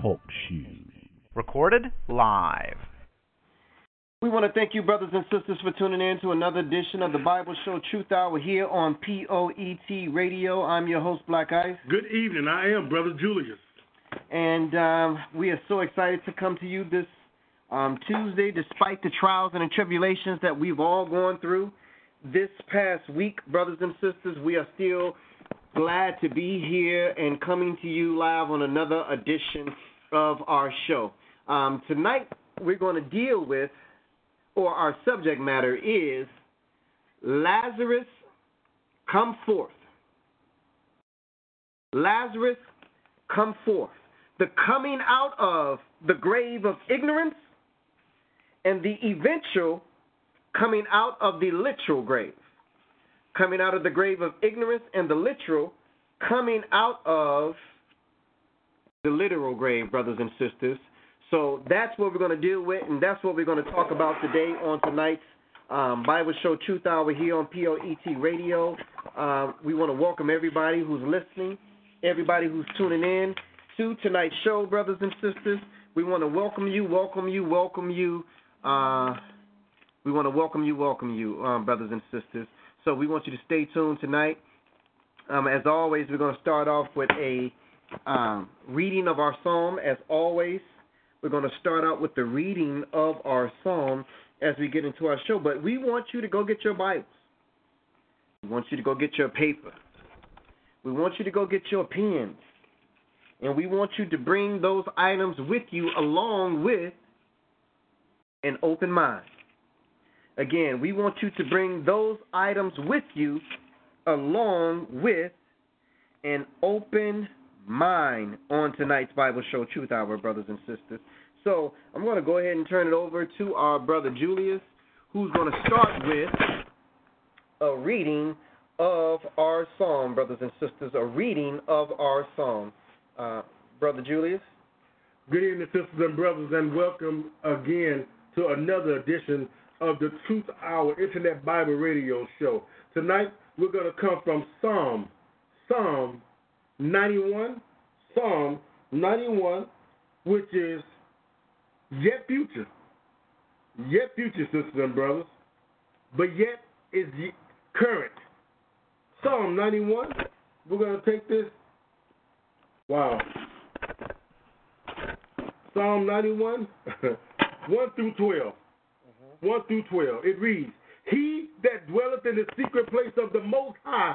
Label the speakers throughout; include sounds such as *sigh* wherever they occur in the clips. Speaker 1: Talk shoes. Recorded live.
Speaker 2: We want to thank you, brothers and sisters, for tuning in to another edition of the Bible Show Truth Hour here on POET Radio. I'm your host, Black Ice.
Speaker 3: Good evening. I am Brother Julius.
Speaker 2: And um, we are so excited to come to you this um, Tuesday, despite the trials and the tribulations that we've all gone through this past week, brothers and sisters. We are still glad to be here and coming to you live on another edition of our show. Um, tonight, we're going to deal with, or our subject matter is Lazarus, come forth. Lazarus, come forth. The coming out of the grave of ignorance and the eventual coming out of the literal grave. Coming out of the grave of ignorance and the literal coming out of the literal grave, brothers and sisters. So that's what we're going to deal with, and that's what we're going to talk about today on tonight's um, Bible Show Truth Hour here on POET Radio. Um, we want to welcome everybody who's listening, everybody who's tuning in to tonight's show, brothers and sisters. We want to welcome you, welcome you, welcome you. Uh, we want to welcome you, welcome you, um, brothers and sisters. So we want you to stay tuned tonight. Um, as always, we're going to start off with a um, reading of our psalm. As always, we're going to start out with the reading of our psalm as we get into our show. But we want you to go get your Bibles. We want you to go get your paper. We want you to go get your pens. And we want you to bring those items with you along with an open mind. Again, we want you to bring those items with you along with an open mind on tonight's Bible Show Truth Hour, brothers and sisters. So I'm going to go ahead and turn it over to our brother Julius, who's going to start with a reading of our psalm, brothers and sisters, a reading of our psalm. Uh, Brother Julius.
Speaker 3: Good evening, sisters and brothers, and welcome again to another edition of the Truth Hour Internet Bible Radio Show. Tonight, we're going to come from Psalm, Psalm 91, Psalm 91, which is yet future. Yet future, sisters and brothers, but yet is ye- current. Psalm 91, we're going to take this Wow. Psalm *laughs* 91, 1 through 12. Mm-hmm. 1 through 12. It reads He that dwelleth in the secret place of the Most High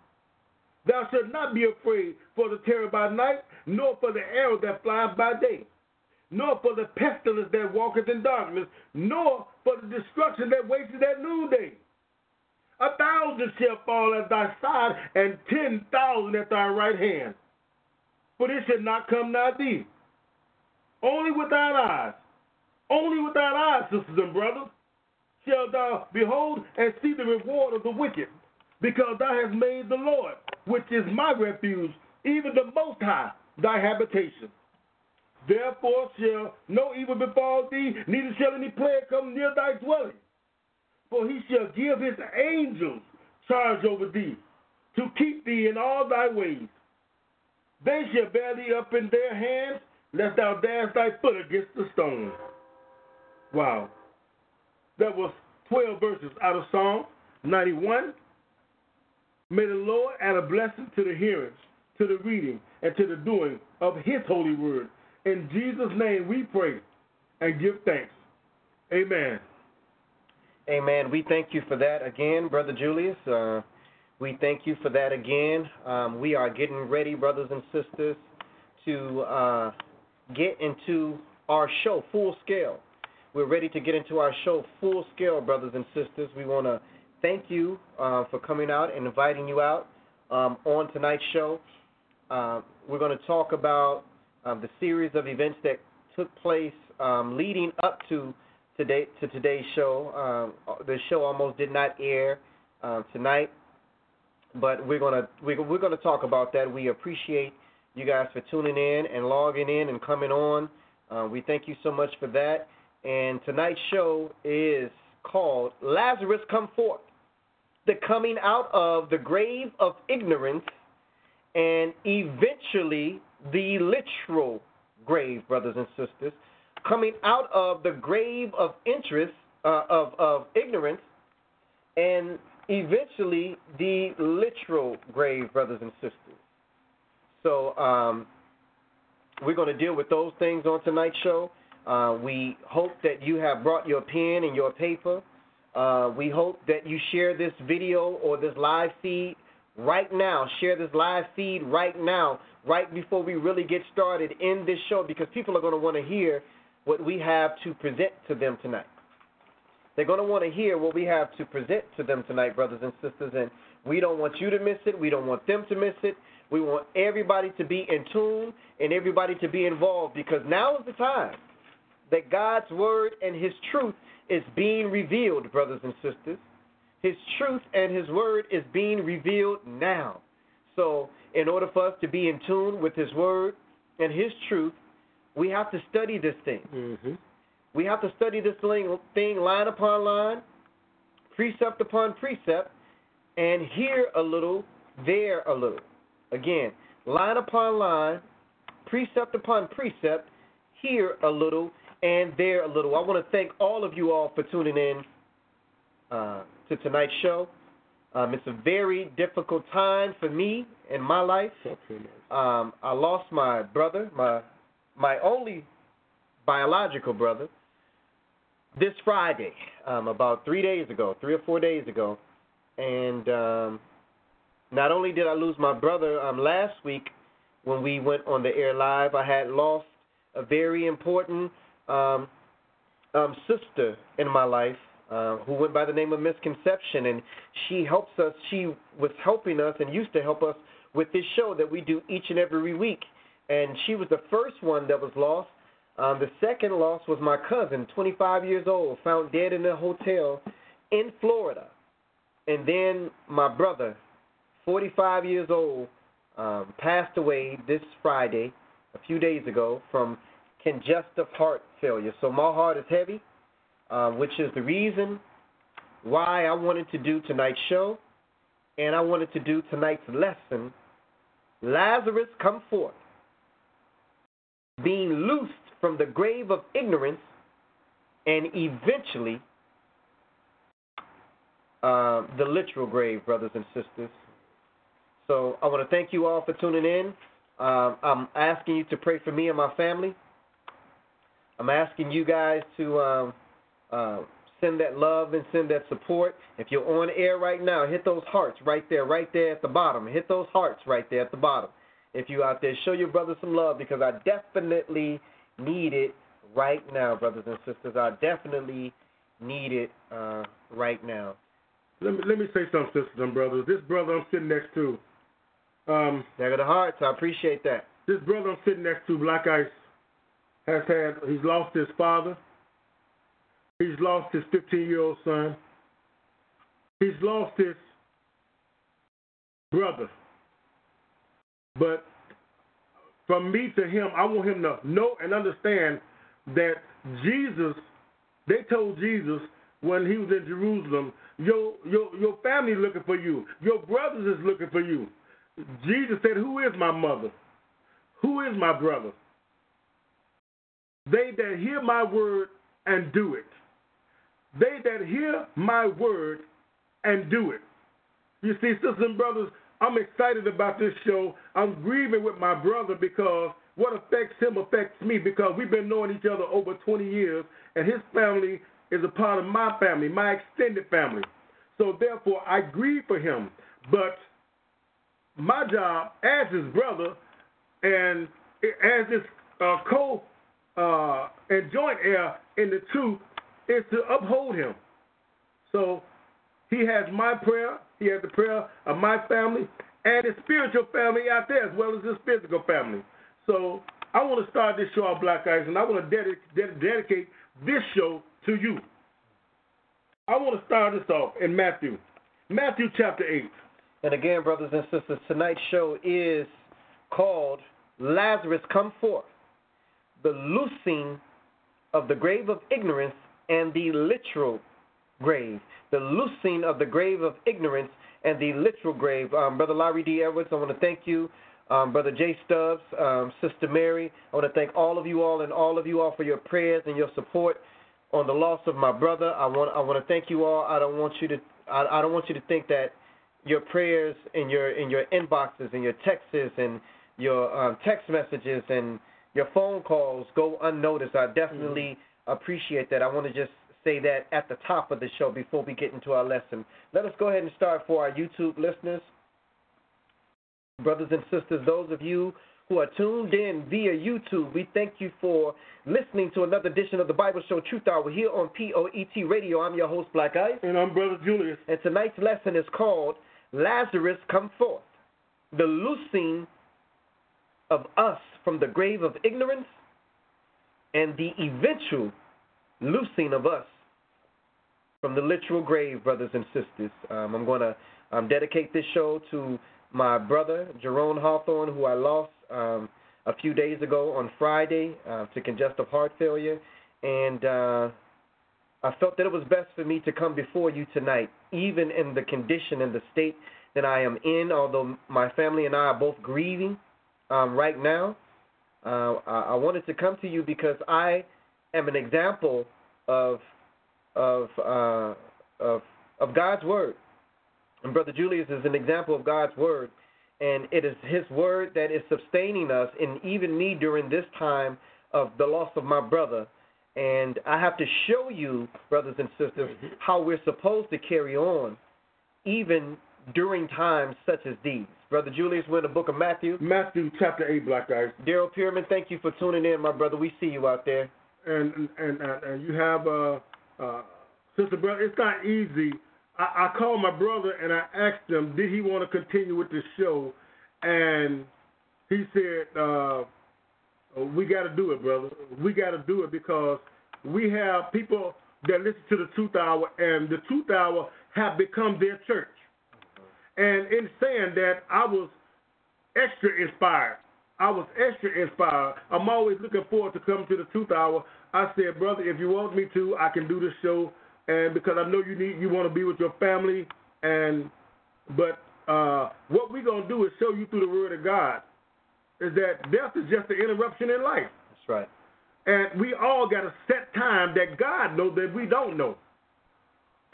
Speaker 3: Thou shalt not be afraid for the terror by night, nor for the arrow that flies by day, nor for the pestilence that walketh in darkness, nor for the destruction that wasteth at noonday. A thousand shall fall at thy side, and ten thousand at thy right hand. But it shall not come nigh thee only with thine eyes, only with thine eyes, sisters and brothers, shall thou behold and see the reward of the wicked, because thou hast made the Lord, which is my refuge, even the Most High, thy habitation. Therefore shall no evil befall thee, neither shall any plague come near thy dwelling. For he shall give his angels charge over thee, to keep thee in all thy ways. They shall bear thee up in their hands, lest thou dash thy foot against the stone. Wow. That was 12 verses out of Psalm 91. May the Lord add a blessing to the hearing, to the reading, and to the doing of his holy word. In Jesus' name we pray and give thanks. Amen.
Speaker 2: Amen. We thank you for that again, Brother Julius. Uh, we thank you for that again. Um, we are getting ready, brothers and sisters, to uh, get into our show full scale. We're ready to get into our show full scale, brothers and sisters. We want to thank you uh, for coming out and inviting you out um, on tonight's show. Uh, we're going to talk about um, the series of events that took place um, leading up to today to today's show. Um, the show almost did not air um, tonight, but we're gonna we're, we're gonna talk about that. We appreciate you guys for tuning in and logging in and coming on. Uh, we thank you so much for that. And tonight's show is called Lazarus Come Forth: The Coming Out of the Grave of Ignorance and eventually the literal grave, brothers and sisters, coming out of the grave of interest uh, of of ignorance, and eventually the literal grave, brothers and sisters. So um, we're going to deal with those things on tonight's show. Uh, we hope that you have brought your pen and your paper. Uh, we hope that you share this video or this live feed right now. Share this live feed right now, right before we really get started in this show, because people are going to want to hear what we have to present to them tonight. They're going to want to hear what we have to present to them tonight, brothers and sisters. And we don't want you to miss it. We don't want them to miss it. We want everybody to be in tune and everybody to be involved because now is the time that God's word and his truth is being revealed, brothers and sisters. His truth and His word is being revealed now. So, in order for us to be in tune with His word and His truth, we have to study this thing.
Speaker 3: Mm-hmm.
Speaker 2: We have to study this thing, thing line upon line, precept upon precept, and here a little, there a little. Again, line upon line, precept upon precept, here a little, and there a little. I want to thank all of you all for tuning in uh, to tonight's show. Um, it's a very difficult time for me in my life. Um, I lost my brother, my my only biological brother, this Friday, um, about three days ago, three or four days ago, and um, not only did I lose my brother um, last week when we went on the air live, I had lost a very important um, um, sister in my life uh, who went by the name of Misconception, and she helps us. She was helping us and used to help us with this show that we do each and every week. And she was the first one that was lost. Um, the second loss was my cousin, 25 years old, found dead in a hotel in Florida. And then my brother, 45 years old, um, passed away this Friday, a few days ago, from congestive heart failure. So my heart is heavy um, which is the reason why I wanted to do tonight's show and I wanted to do tonight's lesson Lazarus come forth, being loosed from the grave of ignorance and eventually uh, the literal grave, brothers and sisters. So I want to thank you all for tuning in. Um, I'm asking you to pray for me and my family. I'm asking you guys to um, uh, send that love and send that support. If you're on air right now, hit those hearts right there, right there at the bottom. Hit those hearts right there at the bottom. If you're out there, show your brother some love because I definitely need it right now, brothers and sisters. I definitely need it uh, right now.
Speaker 3: Let me let me say something, sisters and brothers. This brother I'm sitting next to, um,
Speaker 2: They're the hearts. I appreciate that.
Speaker 3: this brother I'm sitting next to, Black Ice, has had he's lost his father. He's lost his 15 year old son. He's lost his brother. But from me to him, I want him to know and understand that Jesus, they told Jesus when he was in Jerusalem, your your your family looking for you, your brothers is looking for you. Jesus said, Who is my mother? Who is my brother? They that hear my word and do it. They that hear my word and do it. You see, sisters and brothers, I'm excited about this show. I'm grieving with my brother because What affects him affects me because we've been knowing each other over 20 years, and his family is a part of my family, my extended family. So therefore, I grieve for him. But my job as his brother and as his uh, co uh, and joint heir in the truth is to uphold him. So he has my prayer, he has the prayer of my family and his spiritual family out there as well as his physical family. So I want to start this show on Black Eyes and I want to dedic- ded- dedicate this show to you. I want to start this off in Matthew, Matthew chapter 8.
Speaker 2: And again, brothers and sisters, tonight's show is called Lazarus Come Forth The Loosing of the Grave of Ignorance and the Literal Grave. The Loosing of the Grave of Ignorance and the Literal Grave. Um, Brother Larry D. Edwards, I want to thank you. Um, Brother Jay Stubbs, um, Sister Mary, I want to thank all of you all and all of you all for your prayers and your support on the loss of my brother. I want I want to thank you all. I don't want you to I, I don't want you to think that your prayers in your in your inboxes and your texts and your um, text messages and your phone calls go unnoticed. I definitely appreciate that. I want to just say that at the top of the show before we get into our lesson. Let us go ahead and start for our YouTube listeners, brothers and sisters. Those of you who are tuned in via YouTube, we thank you for listening to another edition of the Bible Show Truth Hour here on POET Radio. I'm your host, Black Ice.
Speaker 3: And I'm Brother Julius.
Speaker 2: And tonight's lesson is called Lazarus Come Forth The Loosing of Us from the Grave of Ignorance and the Eventual Loosing of Us from the Literal Grave, brothers and sisters. Um, I'm going to um, dedicate this show to my brother, Jerome Hawthorne, who I lost um, a few days ago on Friday uh, to congestive heart failure. And. Uh, I felt that it was best for me to come before you tonight, even in the condition and the state that I am in, although my family and I are both grieving um, right now. Uh, I, I wanted to come to you because I am an example of of uh, of of God's word, and Brother Julius is an example of God's word, and it is His word that is sustaining us, and even me during this time of the loss of my brother. And I have to show you, brothers and sisters, how we're supposed to carry on, even during times such as these. Brother Julius, we're in the book of Matthew.
Speaker 3: Matthew chapter 8, Black Eyes.
Speaker 2: Daryl Pierman, thank you for tuning in, my brother. We see you out there.
Speaker 3: And and, and, and- and you have, uh, uh, Sister Brother, it's not easy. I, I called my brother and I asked him, did he want to continue with the show? And he said, uh, we got to do it, brother. We got to do it because we have people that listen to the Truth Hour, and the Truth Hour have become their church. And in saying that, I was extra inspired. I was extra inspired. I'm always looking forward to coming to the Truth Hour. I said, brother, if you want me to, I can do this show, and because I know you need, you want to be with your family, and but uh, what we're gonna do is show you through the Word of God is that death is just an interruption in life.
Speaker 2: That's right.
Speaker 3: And we all got a set time that God knows that we don't know.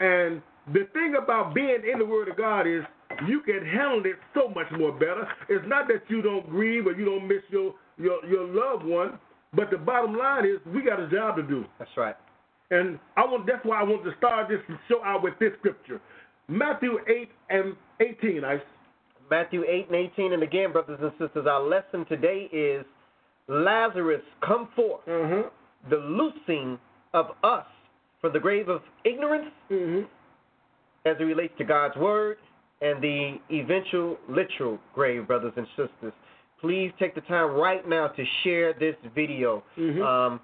Speaker 3: And the thing about being in the Word of God is you can handle it so much more better. It's not that you don't grieve or you don't miss your your, your loved one, but the bottom line is we got a job to do.
Speaker 2: That's right.
Speaker 3: And I want that's why I want to start this show out with this scripture. Matthew eight and eighteen, I
Speaker 2: Matthew 8 and 18. And again, brothers and sisters, our lesson today is Lazarus, come forth.
Speaker 3: uh-huh.
Speaker 2: The loosing of us from the grave of ignorance
Speaker 3: Mm-hmm.
Speaker 2: as it relates to God's word and the eventual literal grave, brothers and sisters. Please take the time right now to share this video.
Speaker 3: Mhm.
Speaker 2: Um,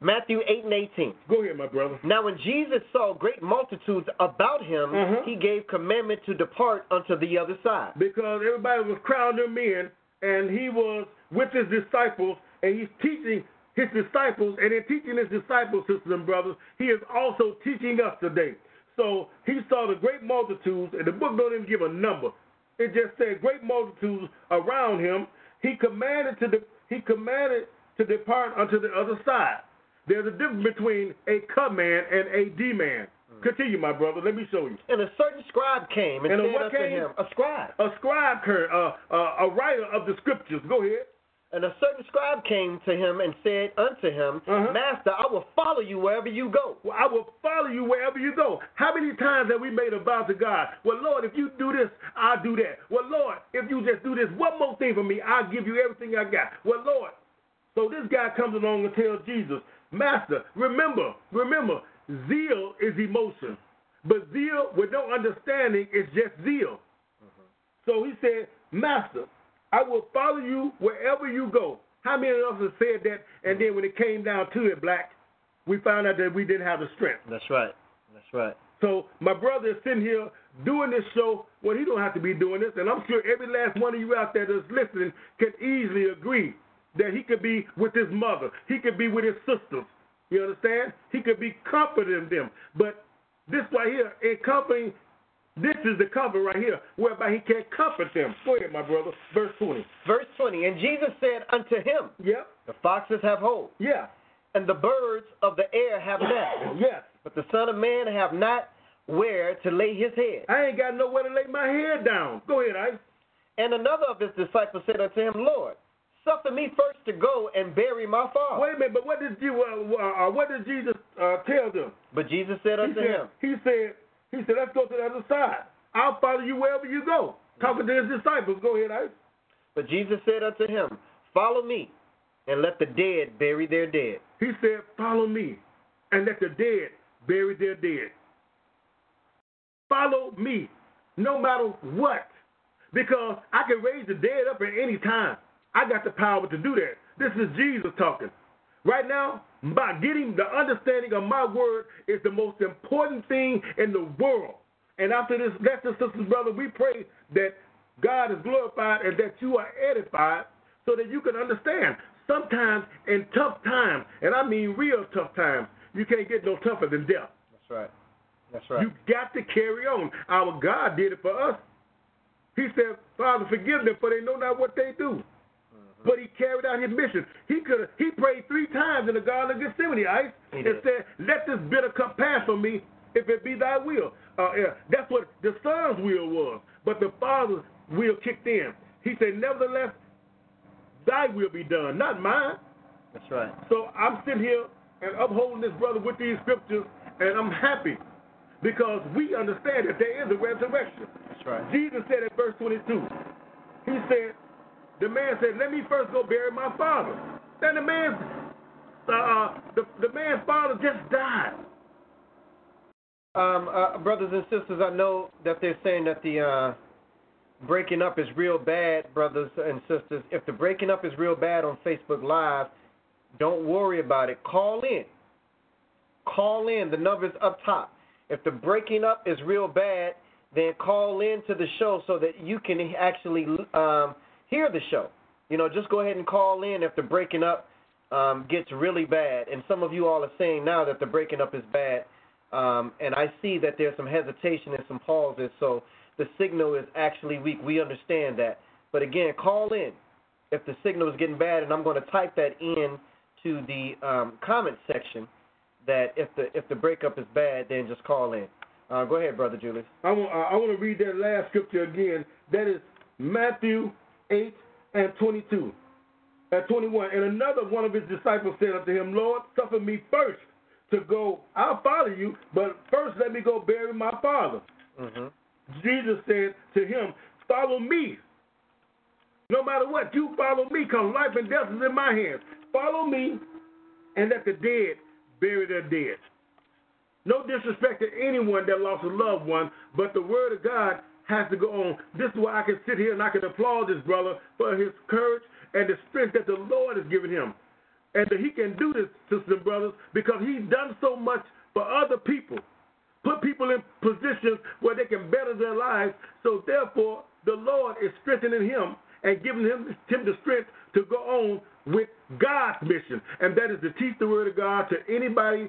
Speaker 2: Matthew 8 and 18.
Speaker 3: Go ahead, my brother.
Speaker 2: Now, when Jesus saw great multitudes about him,
Speaker 3: Mhm.
Speaker 2: he gave commandment to depart unto the other side.
Speaker 3: because everybody was crowding him in, and he was with his disciples, and he's teaching his disciples, and in teaching his disciples, sisters and brothers, he is also teaching us today. So he saw the great multitudes, and the book don't even give a number. It just said great multitudes around him. He commanded to de- he commanded to depart unto the other side. There's a difference between a command and a demand. Continue, my brother. Let me show you.
Speaker 2: And a certain scribe came and,
Speaker 3: And a
Speaker 2: said
Speaker 3: what
Speaker 2: unto
Speaker 3: came?
Speaker 2: him, A scribe,
Speaker 3: a scribe, cur- uh, uh, a writer of the scriptures. Go ahead.
Speaker 2: And a certain scribe came to him and said unto him,
Speaker 3: Uh-huh.
Speaker 2: Master, I will follow you wherever you go.
Speaker 3: Well, I will follow you wherever you go. How many times have we made a vow to God? Well, Lord, if you do this, I'll do that. Well, Lord, if you just do this one more thing for me, I'll give you everything I got. Well, Lord. So this guy comes along and tells Jesus, Master, remember, remember, zeal is emotion. But zeal with no understanding is just zeal. So he said, Master, I will follow you wherever you go. How many of us have said that? And then when it came down to it, Black, we found out that we didn't have the strength.
Speaker 2: That's right. That's right.
Speaker 3: So my brother is sitting here doing this show. Well, he don't have to be doing this, and I'm sure every last one of you out there that's listening can easily agree that he could be with his mother, he could be with his sisters. You understand? He could be comforting them. But this right here, in comforting, this is the cover right here, whereby he can't comfort them. Go ahead, my brother. Verse 20.
Speaker 2: Verse 20 And Jesus said unto him,
Speaker 3: Yep.
Speaker 2: The foxes have holes,
Speaker 3: Yeah.
Speaker 2: and the birds of the air have
Speaker 3: *coughs*
Speaker 2: nests,
Speaker 3: Yes.
Speaker 2: but the Son of Man have not where to lay his head.
Speaker 3: I ain't got nowhere to lay my head down. Go ahead, Ice.
Speaker 2: And another of his disciples said unto him, Lord, suffer me first to go and bury my father.
Speaker 3: Wait a minute, but what did Jesus, uh, uh, what did Jesus uh, tell them?
Speaker 2: But Jesus said
Speaker 3: He
Speaker 2: unto him,
Speaker 3: said, he said, he said, let's go to the other side. I'll follow you wherever you go. Talking to his disciples. Go ahead, Ice.
Speaker 2: But Jesus said unto him, Follow me, and let the dead bury their dead.
Speaker 3: He said, follow me and let the dead bury their dead. Follow me no matter what. Because I can raise the dead up at any time. I got the power to do that. This is Jesus talking. Right now, by getting the understanding of my word is the most important thing in the world. And after this lesson, sisters, brother, we pray that God is glorified and that you are edified so that you can understand. Sometimes in tough times, and I mean real tough times, you can't get no tougher than death.
Speaker 2: That's right. That's right.
Speaker 3: You got to carry on. Our God did it for us. He said, Father, forgive them, for they know not what they do.
Speaker 2: Mm-hmm.
Speaker 3: But he carried out his mission. He could have he prayed three times in the Garden of Gethsemane, ice,
Speaker 2: He
Speaker 3: and
Speaker 2: did.
Speaker 3: said, Let this bitter cup pass from me if it be thy will. Uh, yeah, that's what the son's will was. But the father's will kicked in. He said, Nevertheless, thy will be done, not mine.
Speaker 2: That's right.
Speaker 3: So I'm sitting here and upholding this brother with these scriptures, and I'm happy because we understand that there is a resurrection.
Speaker 2: That's right.
Speaker 3: Jesus said at verse 22, he said, the man said, let me first go bury my father. Then the man's, uh, uh, the, the man's father just died.
Speaker 2: Um, uh, brothers and sisters, I know that they're saying that the uh, breaking up is real bad, brothers and sisters. If the breaking up is real bad on Facebook Live, don't worry about it. Call in. Call in. The number's up top. If the breaking up is real bad, then call in to the show so that you can actually um, hear the show. You know, just go ahead and call in if the breaking up um, gets really bad. And some of you all are saying now that the breaking up is bad. Um, and I see that there's some hesitation and some pauses, so the signal is actually weak. We understand that. But again, call in if the signal is getting bad, and I'm going to type that in to the um, comment section that if the if the breakup is bad, then just call in. Uh, go ahead, brother Julius.
Speaker 3: I want, uh, I want to read that last scripture again. That is Matthew 8 and 22 and 21. And another one of his disciples said unto him, Lord, suffer me first to go. I'll follow you, but first let me go bury my father.
Speaker 2: hmm
Speaker 3: Jesus said to him, Follow me. No matter what, you follow me, because life and death is in my hands. Follow me and let the dead bury their dead. No disrespect to anyone that lost a loved one, but the word of God has to go on. This is why I can sit here and I can applaud this brother for his courage and the strength that the Lord has given him. And that he can do this, sisters and brothers, because he's done so much for other people. Put people in positions where they can better their lives. So therefore, the Lord is strengthening him and giving him, him the strength to go on with God's mission. And that is to teach the word of God to anybody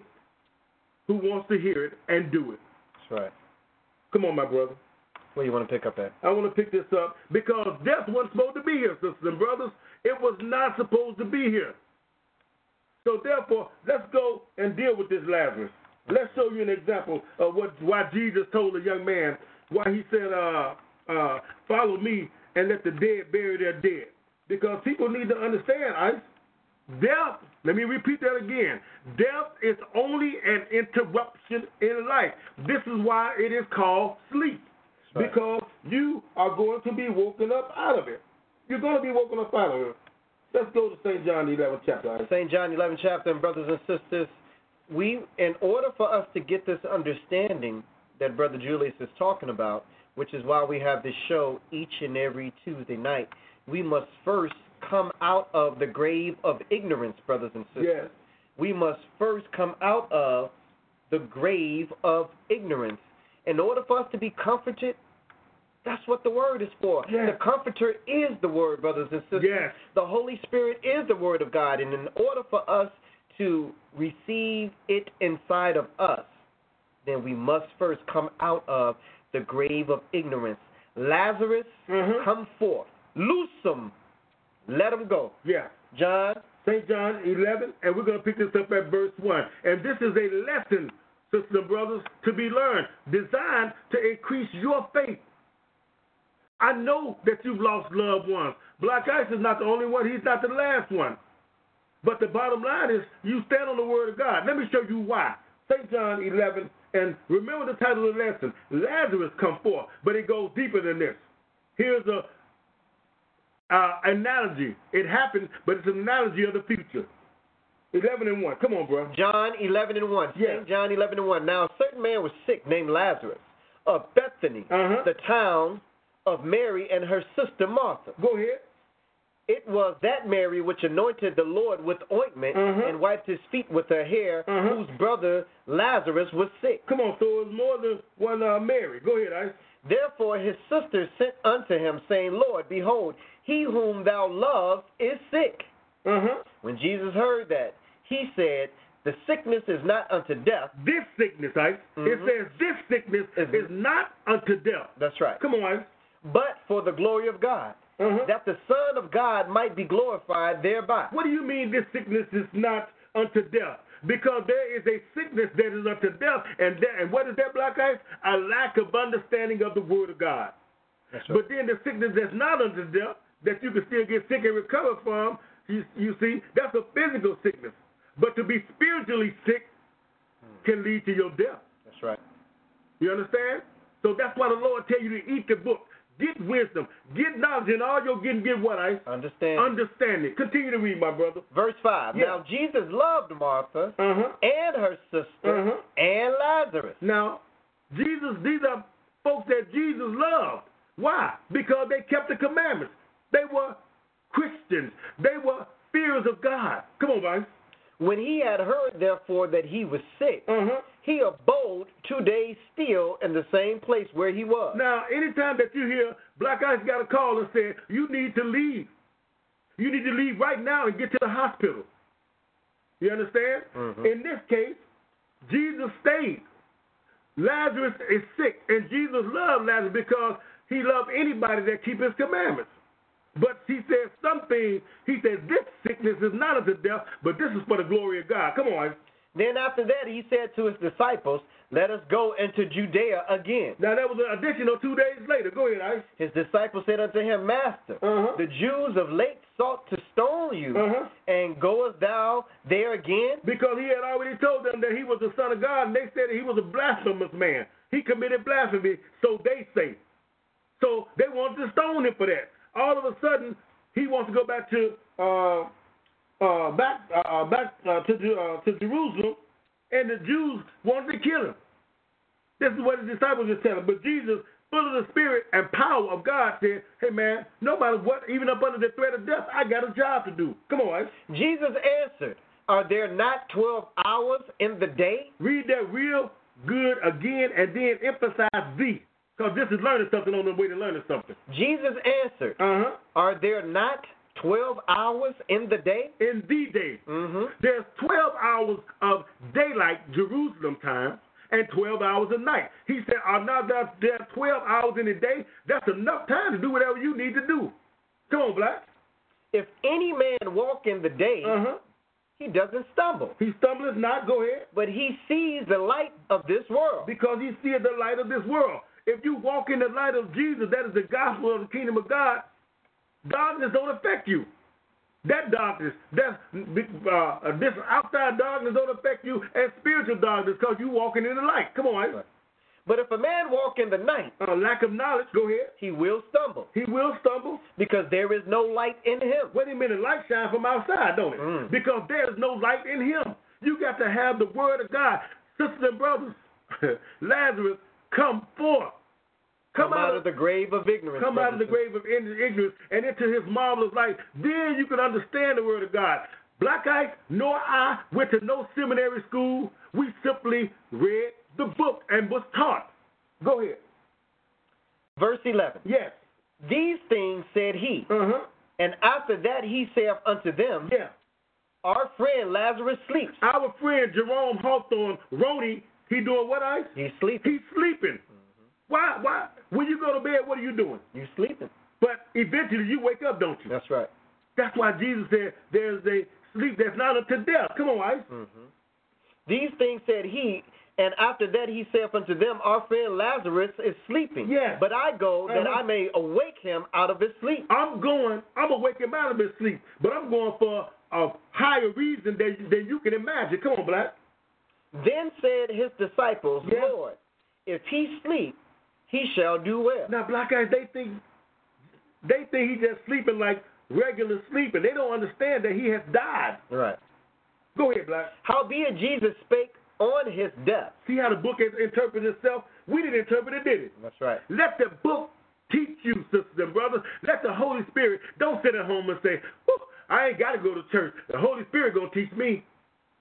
Speaker 3: who wants to hear it and do it.
Speaker 2: That's right.
Speaker 3: Come on, my brother.
Speaker 2: Where you want to pick up at?
Speaker 3: I want to pick this up because death wasn't supposed to be here, sisters and brothers. It was not supposed to be here. So therefore, let's go and deal with this Lazarus. Let's show you an example of what why Jesus told the young man why he said, uh, uh, "Follow me and let the dead bury their dead." Because people need to understand, Ice. Death, let me repeat that again. Death is only an interruption in life. This is why it is called sleep.
Speaker 4: Right.
Speaker 3: Because you are going to be woken up out of it. You're going to be woken up out of it. Let's go to St. John, the 11th chapter. Ice.
Speaker 2: St. John 11 chapter, and brothers and sisters, we, in order for us to get this understanding that Brother Julius is talking about, which is why we have this show each and every Tuesday night, we must first come out of the grave of ignorance, brothers and sisters.
Speaker 3: Yes.
Speaker 2: We must first come out of the grave of ignorance. In order for us to be comforted, that's what the word is for.
Speaker 3: Yes.
Speaker 2: The comforter is the word, brothers and sisters.
Speaker 3: Yes.
Speaker 2: The Holy Spirit is the Word of God, and in order for us to receive it inside of us, then we must first come out of the grave of ignorance. Lazarus,
Speaker 3: Mhm.
Speaker 2: come forth. Loose him. Let him go.
Speaker 3: Yeah.
Speaker 2: John,
Speaker 3: St. John 11, and we're going to pick this up at verse 1. And this is a lesson, sisters and brothers, to be learned, designed to increase your faith. I know that you've lost loved ones. Black Ice is not the only one, he's not the last one. But the bottom line is, you stand on the word of God. Let me show you why. St. John 11, and remember the title of the lesson Lazarus come forth, but it goes deeper than this. Here's a uh, analogy. It happened, but it's an analogy of the future. 11 and 1. Come on, bro.
Speaker 2: John 11 and 1.
Speaker 3: Yeah.
Speaker 2: St. John 11 and 1. Now, a certain man was sick named Lazarus of Bethany,
Speaker 3: Uh-huh.
Speaker 2: the town of Mary and her sister Martha.
Speaker 3: Go ahead.
Speaker 2: It was that Mary which anointed the Lord with ointment
Speaker 3: Mhm.
Speaker 2: and wiped his feet with her hair,
Speaker 3: Mhm.
Speaker 2: whose brother Lazarus was sick.
Speaker 3: Come on, so it's more than one uh, Mary. Go ahead, Ice.
Speaker 2: Therefore his sisters sent unto him, saying, Lord, behold, he whom thou lovest is sick.
Speaker 3: Uh huh.
Speaker 2: When Jesus heard that, he said, The sickness is not unto death.
Speaker 3: This sickness, Ice. It
Speaker 2: Mhm.
Speaker 3: says this sickness
Speaker 2: Is-
Speaker 3: is not unto death.
Speaker 2: That's right.
Speaker 3: Come on, Ice.
Speaker 2: But for the glory of God,
Speaker 3: Uh huh.
Speaker 2: that the Son of God might be glorified thereby.
Speaker 3: What do you mean this sickness is not unto death? Because there is a sickness that is unto death, and that, and what is that, Black Ice? A lack of understanding of the Word of God. But then the sickness that's not unto death, that you can still get sick and recover from, you, you see, that's a physical sickness. But to be spiritually sick can lead to your death.
Speaker 2: That's right.
Speaker 3: You understand? So that's why the Lord tell you to eat the book. Get wisdom. Get knowledge. And all you're getting, get what, I?
Speaker 2: Understand.
Speaker 3: Understanding. Continue to read, my brother.
Speaker 2: Verse 5.
Speaker 3: Yeah.
Speaker 2: Now Jesus loved Martha
Speaker 3: Uh-huh.
Speaker 2: and her sister
Speaker 3: Uh-huh.
Speaker 2: and Lazarus.
Speaker 3: Now, Jesus, these are folks that Jesus loved. Why? Because they kept the commandments. They were Christians. They were fearers of God. Come on, guys.
Speaker 2: When he had heard, therefore, that he was sick,
Speaker 3: Uh-huh.
Speaker 2: he abode two days still in the same place where he was.
Speaker 3: Now, anytime that you hear Black Ice got a call and said, you need to leave. You need to leave right now and get to the hospital. You understand?
Speaker 2: Mhm.
Speaker 3: In this case, Jesus stayed. Lazarus is sick, and Jesus loved Lazarus because he loved anybody that keep his commandments. But he said something. He said, this sickness is not unto death, but this is for the glory of God. Come on.
Speaker 2: Then after that, he said to his disciples, Let us go into Judea again.
Speaker 3: Now, that was an additional two days later. Go ahead, Ice.
Speaker 2: His disciples said unto him, Master,
Speaker 3: Uh-huh.
Speaker 2: the Jews of late sought to stone you,
Speaker 3: Uh-huh.
Speaker 2: and goest thou there again?
Speaker 3: because he had already told them that he was the son of God, and they said that he was a blasphemous man. He committed blasphemy, so they say. So they wanted to stone him for that. All of a sudden, he wants to go back to uh, uh, back uh, uh, back uh, to Ju- uh, to Jerusalem, and the Jews wanted to kill him. This is what his disciples were telling. him. But Jesus, full of the Spirit and power of God, said, "Hey man, no matter what, even up under the threat of death, I got a job to do. Come on, Ice.
Speaker 2: Jesus answered, Are there not twelve hours in the day?
Speaker 3: Read that real good again and then emphasize the. Because this is learning something on the way to learning something.
Speaker 2: Jesus answered,
Speaker 3: Uh huh.
Speaker 2: Are there not twelve hours in the day?
Speaker 3: In the day.
Speaker 2: Mm-hmm.
Speaker 3: There's 12 hours of daylight, Jerusalem time, and 12 hours of night. He said, "Ah, Are not there there 12 hours in the day? That's enough time to do whatever you need to do. Come on, Black.
Speaker 2: If any man walk in the day,
Speaker 3: Uh huh.
Speaker 2: he doesn't stumble,
Speaker 3: He stumbleth not. Go ahead.
Speaker 2: but he sees the light of this world.
Speaker 3: because he sees the light of this world. If you walk in the light of Jesus, that is the gospel of the kingdom of God, Darkness don't affect you. That darkness, that uh, this outside darkness don't affect you as spiritual darkness because you walking in the light. Come on,
Speaker 2: But if a man walk in the night,
Speaker 3: uh, lack of knowledge. Go ahead.
Speaker 2: he will stumble
Speaker 3: He will stumble.
Speaker 2: because there is no light in him.
Speaker 3: Wait a minute, light shines from outside, don't it?
Speaker 2: Mm.
Speaker 3: Because there's no light in him. You got to have the word of God. Sisters and brothers, *laughs* Lazarus, come forth.
Speaker 2: Come, out, of the grave of ignorance.
Speaker 3: Come out of the
Speaker 2: brothers
Speaker 3: grave of in- ignorance and into his marvelous light. Then you can understand the word of God. Black Ice nor I went to no seminary school. We simply read the book and was taught. Go ahead.
Speaker 2: and sisters. Verse 11.
Speaker 3: Yes.
Speaker 2: These things said he,
Speaker 3: Uh huh.
Speaker 2: and after that he saith unto them,
Speaker 3: Yeah.
Speaker 2: Our friend Lazarus sleeps.
Speaker 3: Our friend Jerome Hawthorne, Roni, he doing what, Ice?
Speaker 2: He's sleeping.
Speaker 3: He's sleeping.
Speaker 2: Mm-hmm.
Speaker 3: Why? Why? When you go to bed, what are you doing?
Speaker 2: You sleeping.
Speaker 3: But eventually, you wake up, don't you?
Speaker 2: That's right.
Speaker 3: That's why Jesus said, "There's a sleep that's not unto death." Come on, Ice.
Speaker 2: These things said he, and after that he saith unto them, Our friend Lazarus is sleeping.
Speaker 3: Yes.
Speaker 2: But I go that
Speaker 3: Uh-huh.
Speaker 2: I may awake him out of his sleep.
Speaker 3: I'm going. I'm gonna wake him out of his sleep, but I'm going for a higher reason than than you can imagine. Come on, Black.
Speaker 2: Then said his disciples,
Speaker 3: Yes.
Speaker 2: Lord, if he sleep, he shall do well.
Speaker 3: Now, Black guys, they think they think he's just sleeping like regular sleeping. They don't understand that he has died.
Speaker 2: Right.
Speaker 3: Go ahead, Black.
Speaker 2: Howbeit Jesus spake on his death.
Speaker 3: See how the book has interpreted itself? We didn't interpret it, did it?
Speaker 2: That's right.
Speaker 3: Let the book teach you, sisters and brothers. Let the Holy Spirit. Don't sit at home and say, "Whew, "I ain't got to go to church." The Holy Spirit gonna teach me.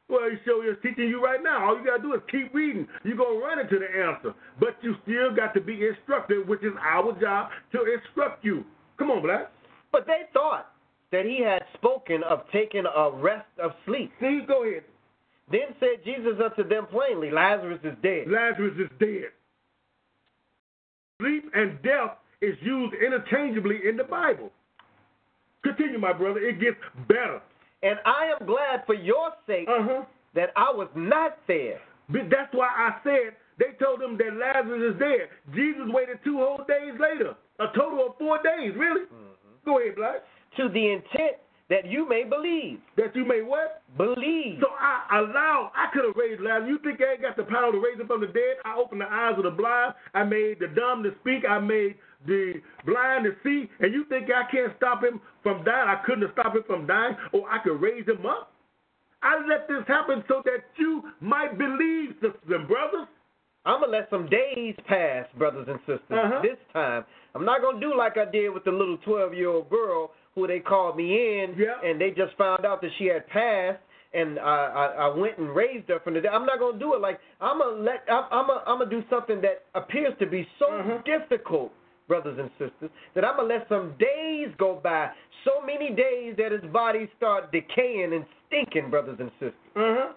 Speaker 3: Well, He sure is teaching you right now. All you gotta do is keep reading. You gonna run into the answer, but you still got to be instructed, which is our job to instruct you. Come on, black.
Speaker 2: But they thought that he had spoken of taking a rest of sleep.
Speaker 3: See, go ahead.
Speaker 2: Then said Jesus unto them plainly, Lazarus is dead.
Speaker 3: Lazarus is dead. Sleep and death is used interchangeably in the Bible. Continue, my brother. It gets better.
Speaker 2: And I am glad for your sake
Speaker 3: Uh huh.
Speaker 2: that I was not there.
Speaker 3: But that's why I said they told them that Lazarus is dead. Jesus waited two whole days later, a total of four days, really. Go ahead, Black.
Speaker 2: to the intent that you may believe.
Speaker 3: That you may what?
Speaker 2: Believe.
Speaker 3: So I allowed, I could have raised Lazarus. You think I ain't got the power to raise him from the dead? I opened the eyes of the blind. I made the dumb to speak. I made the blind to see. And you think I can't stop him from dying? I couldn't have stopped him from dying, or I could raise him up? I let this happen so that you might believe, sisters and brothers.
Speaker 2: I'm going to let some days pass, brothers and sisters,
Speaker 3: Uh-huh.
Speaker 2: this time. I'm not going to do like I did with the little 12 year old girl who they called me in
Speaker 3: Yeah.
Speaker 2: and they just found out that she had passed. And I, I, I went and raised her from the dead. I'm not gonna do it like I'm gonna let I'm I'm gonna, I'm gonna do something that appears to be so
Speaker 3: Uh-huh.
Speaker 2: difficult, brothers and sisters, that I'm gonna let some days go by. So many days that his body start decaying and stinking, brothers and sisters.
Speaker 3: Uh huh.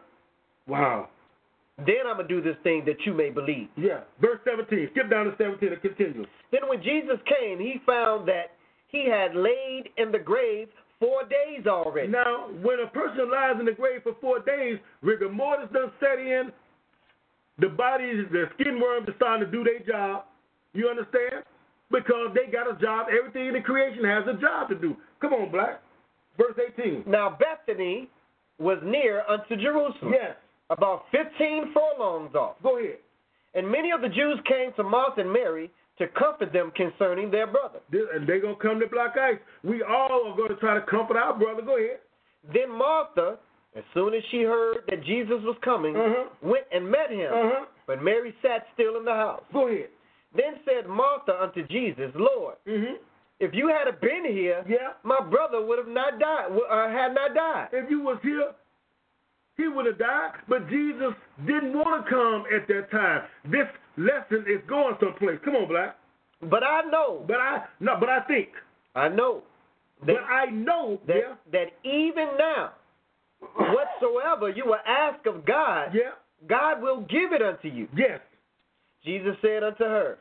Speaker 3: Wow. Mm-hmm.
Speaker 2: Then I'm going to do this thing that you may believe.
Speaker 3: Yeah. Verse 17. Skip down to 17 and continue.
Speaker 2: Then when Jesus came, he found that he had laid in the grave four days already.
Speaker 3: Now, when a person lies in the grave for four days, rigor mortis does set in. The bodies, the skin worms are starting to do their job. You understand? Because they got a job. Everything in the creation has a job to do. Come on, Black. Verse 18.
Speaker 2: Now Bethany was near unto Jerusalem,
Speaker 3: Yes.
Speaker 2: about 15 furlongs off.
Speaker 3: Go ahead.
Speaker 2: And many of the Jews came to Martha and Mary to comfort them concerning their brother.
Speaker 3: This, and they're going to come to Black Ice. We all are going to try to comfort our brother. Go ahead.
Speaker 2: Then Martha, as soon as she heard that Jesus was coming,
Speaker 3: Uh-huh.
Speaker 2: went and met him.
Speaker 3: Uh huh.
Speaker 2: But Mary sat still in the house.
Speaker 3: Go ahead.
Speaker 2: Then said Martha unto Jesus, Lord,
Speaker 3: Mm
Speaker 2: If you had have been here,
Speaker 3: hmm. Yeah.
Speaker 2: my brother would have not died. Would, uh, had not died.
Speaker 3: If you was here, he would have died. But Jesus didn't want to come at that time. This lesson is going someplace. Come on, Black.
Speaker 2: But I know,
Speaker 3: But I no, but I think.
Speaker 2: I know that
Speaker 3: but I know.
Speaker 2: that, that even now,
Speaker 3: yeah.
Speaker 2: whatsoever you will ask of God,
Speaker 3: Yeah.
Speaker 2: God will give it unto you.
Speaker 3: Yes.
Speaker 2: Jesus said unto her,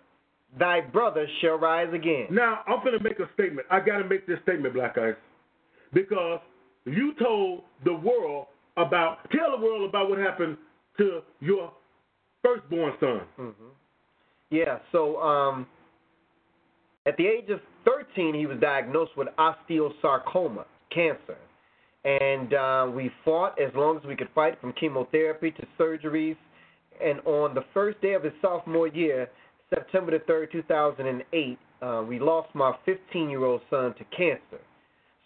Speaker 2: Thy brother shall rise again.
Speaker 3: Now I'm gonna make a statement. I gotta make this statement, Black Eyes, because you told the world about tell the world about what happened to your
Speaker 2: Mm,
Speaker 3: firstborn son.
Speaker 2: hmm Yeah. So um, At the age of 13, he was diagnosed with osteosarcoma, cancer. And uh, we fought as long as we could fight, from chemotherapy to surgeries. And on the first day of his sophomore year, September the 3rd, 2008, uh, we lost my 15 year old son to cancer.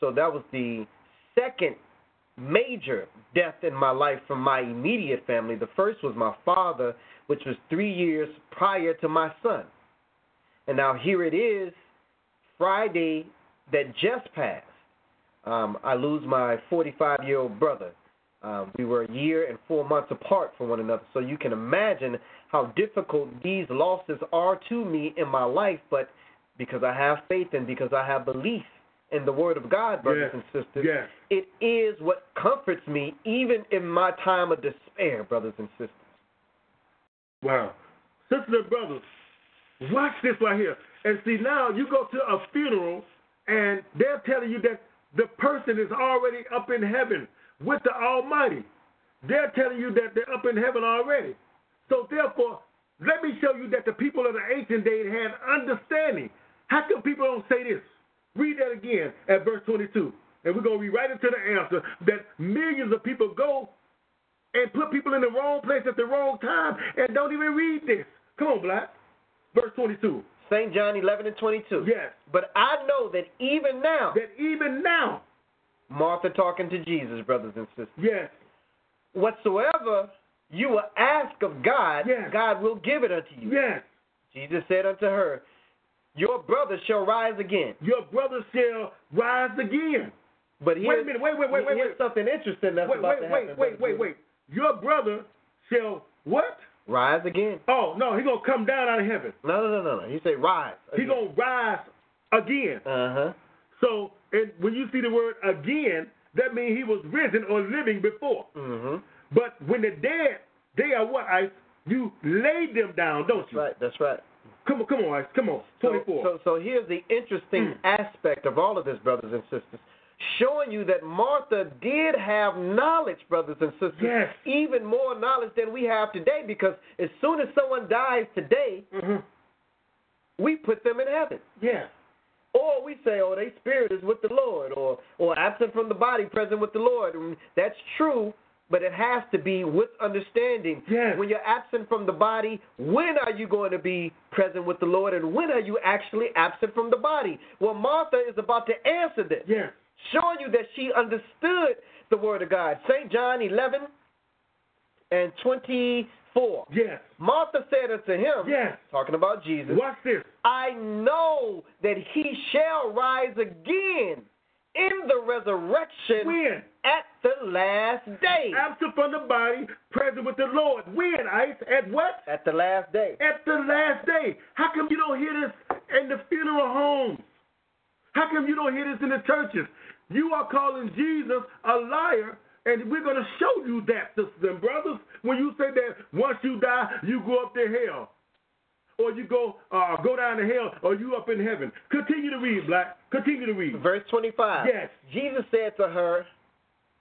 Speaker 2: So that was the second major death in my life from my immediate family. The first was my father, which was three years prior to my son. And now here it is, Friday that just passed. Um, I lose my 45 year old brother. Um, we were a year and four months apart from one another. So you can imagine how difficult these losses are to me in my life, but because I have faith and because I have belief in the Word of God, brothers
Speaker 3: Yes,
Speaker 2: and sisters,
Speaker 3: yes.
Speaker 2: it is what comforts me even in my time of despair, brothers and sisters.
Speaker 3: Wow. Sisters and brothers, watch this right here. And see, now you go to a funeral and they're telling you that the person is already up in heaven with the Almighty. They're telling you that they're up in heaven already. So, therefore, let me show you that the people of the ancient days had understanding. How come people don't say this? Read that again at verse 22. And we're going to be right into the answer that millions of people go and put people in the wrong place at the wrong time and don't even read this. Come on, Black. Verse 22.
Speaker 2: St. John 11 and 22.
Speaker 3: Yes.
Speaker 2: But I know that even now,
Speaker 3: That even now,
Speaker 2: Martha talking to Jesus, brothers and sisters.
Speaker 3: yes,
Speaker 2: whatsoever you will ask of God,
Speaker 3: Yes.
Speaker 2: God will give it unto you.
Speaker 3: yes,
Speaker 2: Jesus said unto her, Your brother shall rise again.
Speaker 3: your brother shall rise again.
Speaker 2: But
Speaker 3: Wait a
Speaker 2: here's,
Speaker 3: minute, wait, wait, wait, wait,
Speaker 2: here's
Speaker 3: wait.
Speaker 2: something interesting that's
Speaker 3: Wait,
Speaker 2: about
Speaker 3: wait,
Speaker 2: to
Speaker 3: wait,
Speaker 2: happen.
Speaker 3: wait, wait, wait. Your brother shall what?
Speaker 2: Rise again.
Speaker 3: Oh, no, he going to come down out of heaven.
Speaker 2: No, no, no, no, no. He said rise.
Speaker 3: He going to rise again.
Speaker 2: Uh huh.
Speaker 3: So, and when you see the word again, that means he was risen or living before.
Speaker 2: Mm hmm.
Speaker 3: But when the dead, they are what? I you lay them down, don't you?
Speaker 2: Right, that's right.
Speaker 3: Come on, come on, Ice. Come on.
Speaker 2: So-
Speaker 3: 24.
Speaker 2: So, so, here's the interesting aspect of all of this, brothers and sisters, showing you that Martha did have knowledge, brothers and sisters,
Speaker 3: Yes.
Speaker 2: even more knowledge than we have today, because as soon as someone dies today,
Speaker 3: Mhm.
Speaker 2: we put them in heaven.
Speaker 3: Yeah.
Speaker 2: Or we say, oh, their spirit is with the Lord, or, or absent from the body, present with the Lord. And that's true, but it has to be with understanding.
Speaker 3: Yes.
Speaker 2: When you're absent from the body, when are you going to be present with the Lord, and when are you actually absent from the body? Well, Martha is about to answer this,
Speaker 3: Yeah.
Speaker 2: showing you that she understood the Word of God. St. John 11 and 24.
Speaker 3: Yes.
Speaker 2: Martha said unto him,
Speaker 3: Yes.
Speaker 2: talking about Jesus,
Speaker 3: Watch this.
Speaker 2: I know that he shall rise again in the resurrection
Speaker 3: When?
Speaker 2: at the last day.
Speaker 3: Absent from the body, present with the Lord. When, Ice? At what?
Speaker 2: At the last day.
Speaker 3: At the last day. How come you don't hear this in the funeral homes? How come you don't hear this in the churches? You are calling Jesus a liar, and we're going to show you that, sisters and brothers, when you say that once you die, you go up to hell. Or you go uh, go down to hell, or you up in heaven. Continue to read, Black. Continue to read.
Speaker 2: Verse 25.
Speaker 3: Yes.
Speaker 2: Jesus said to her,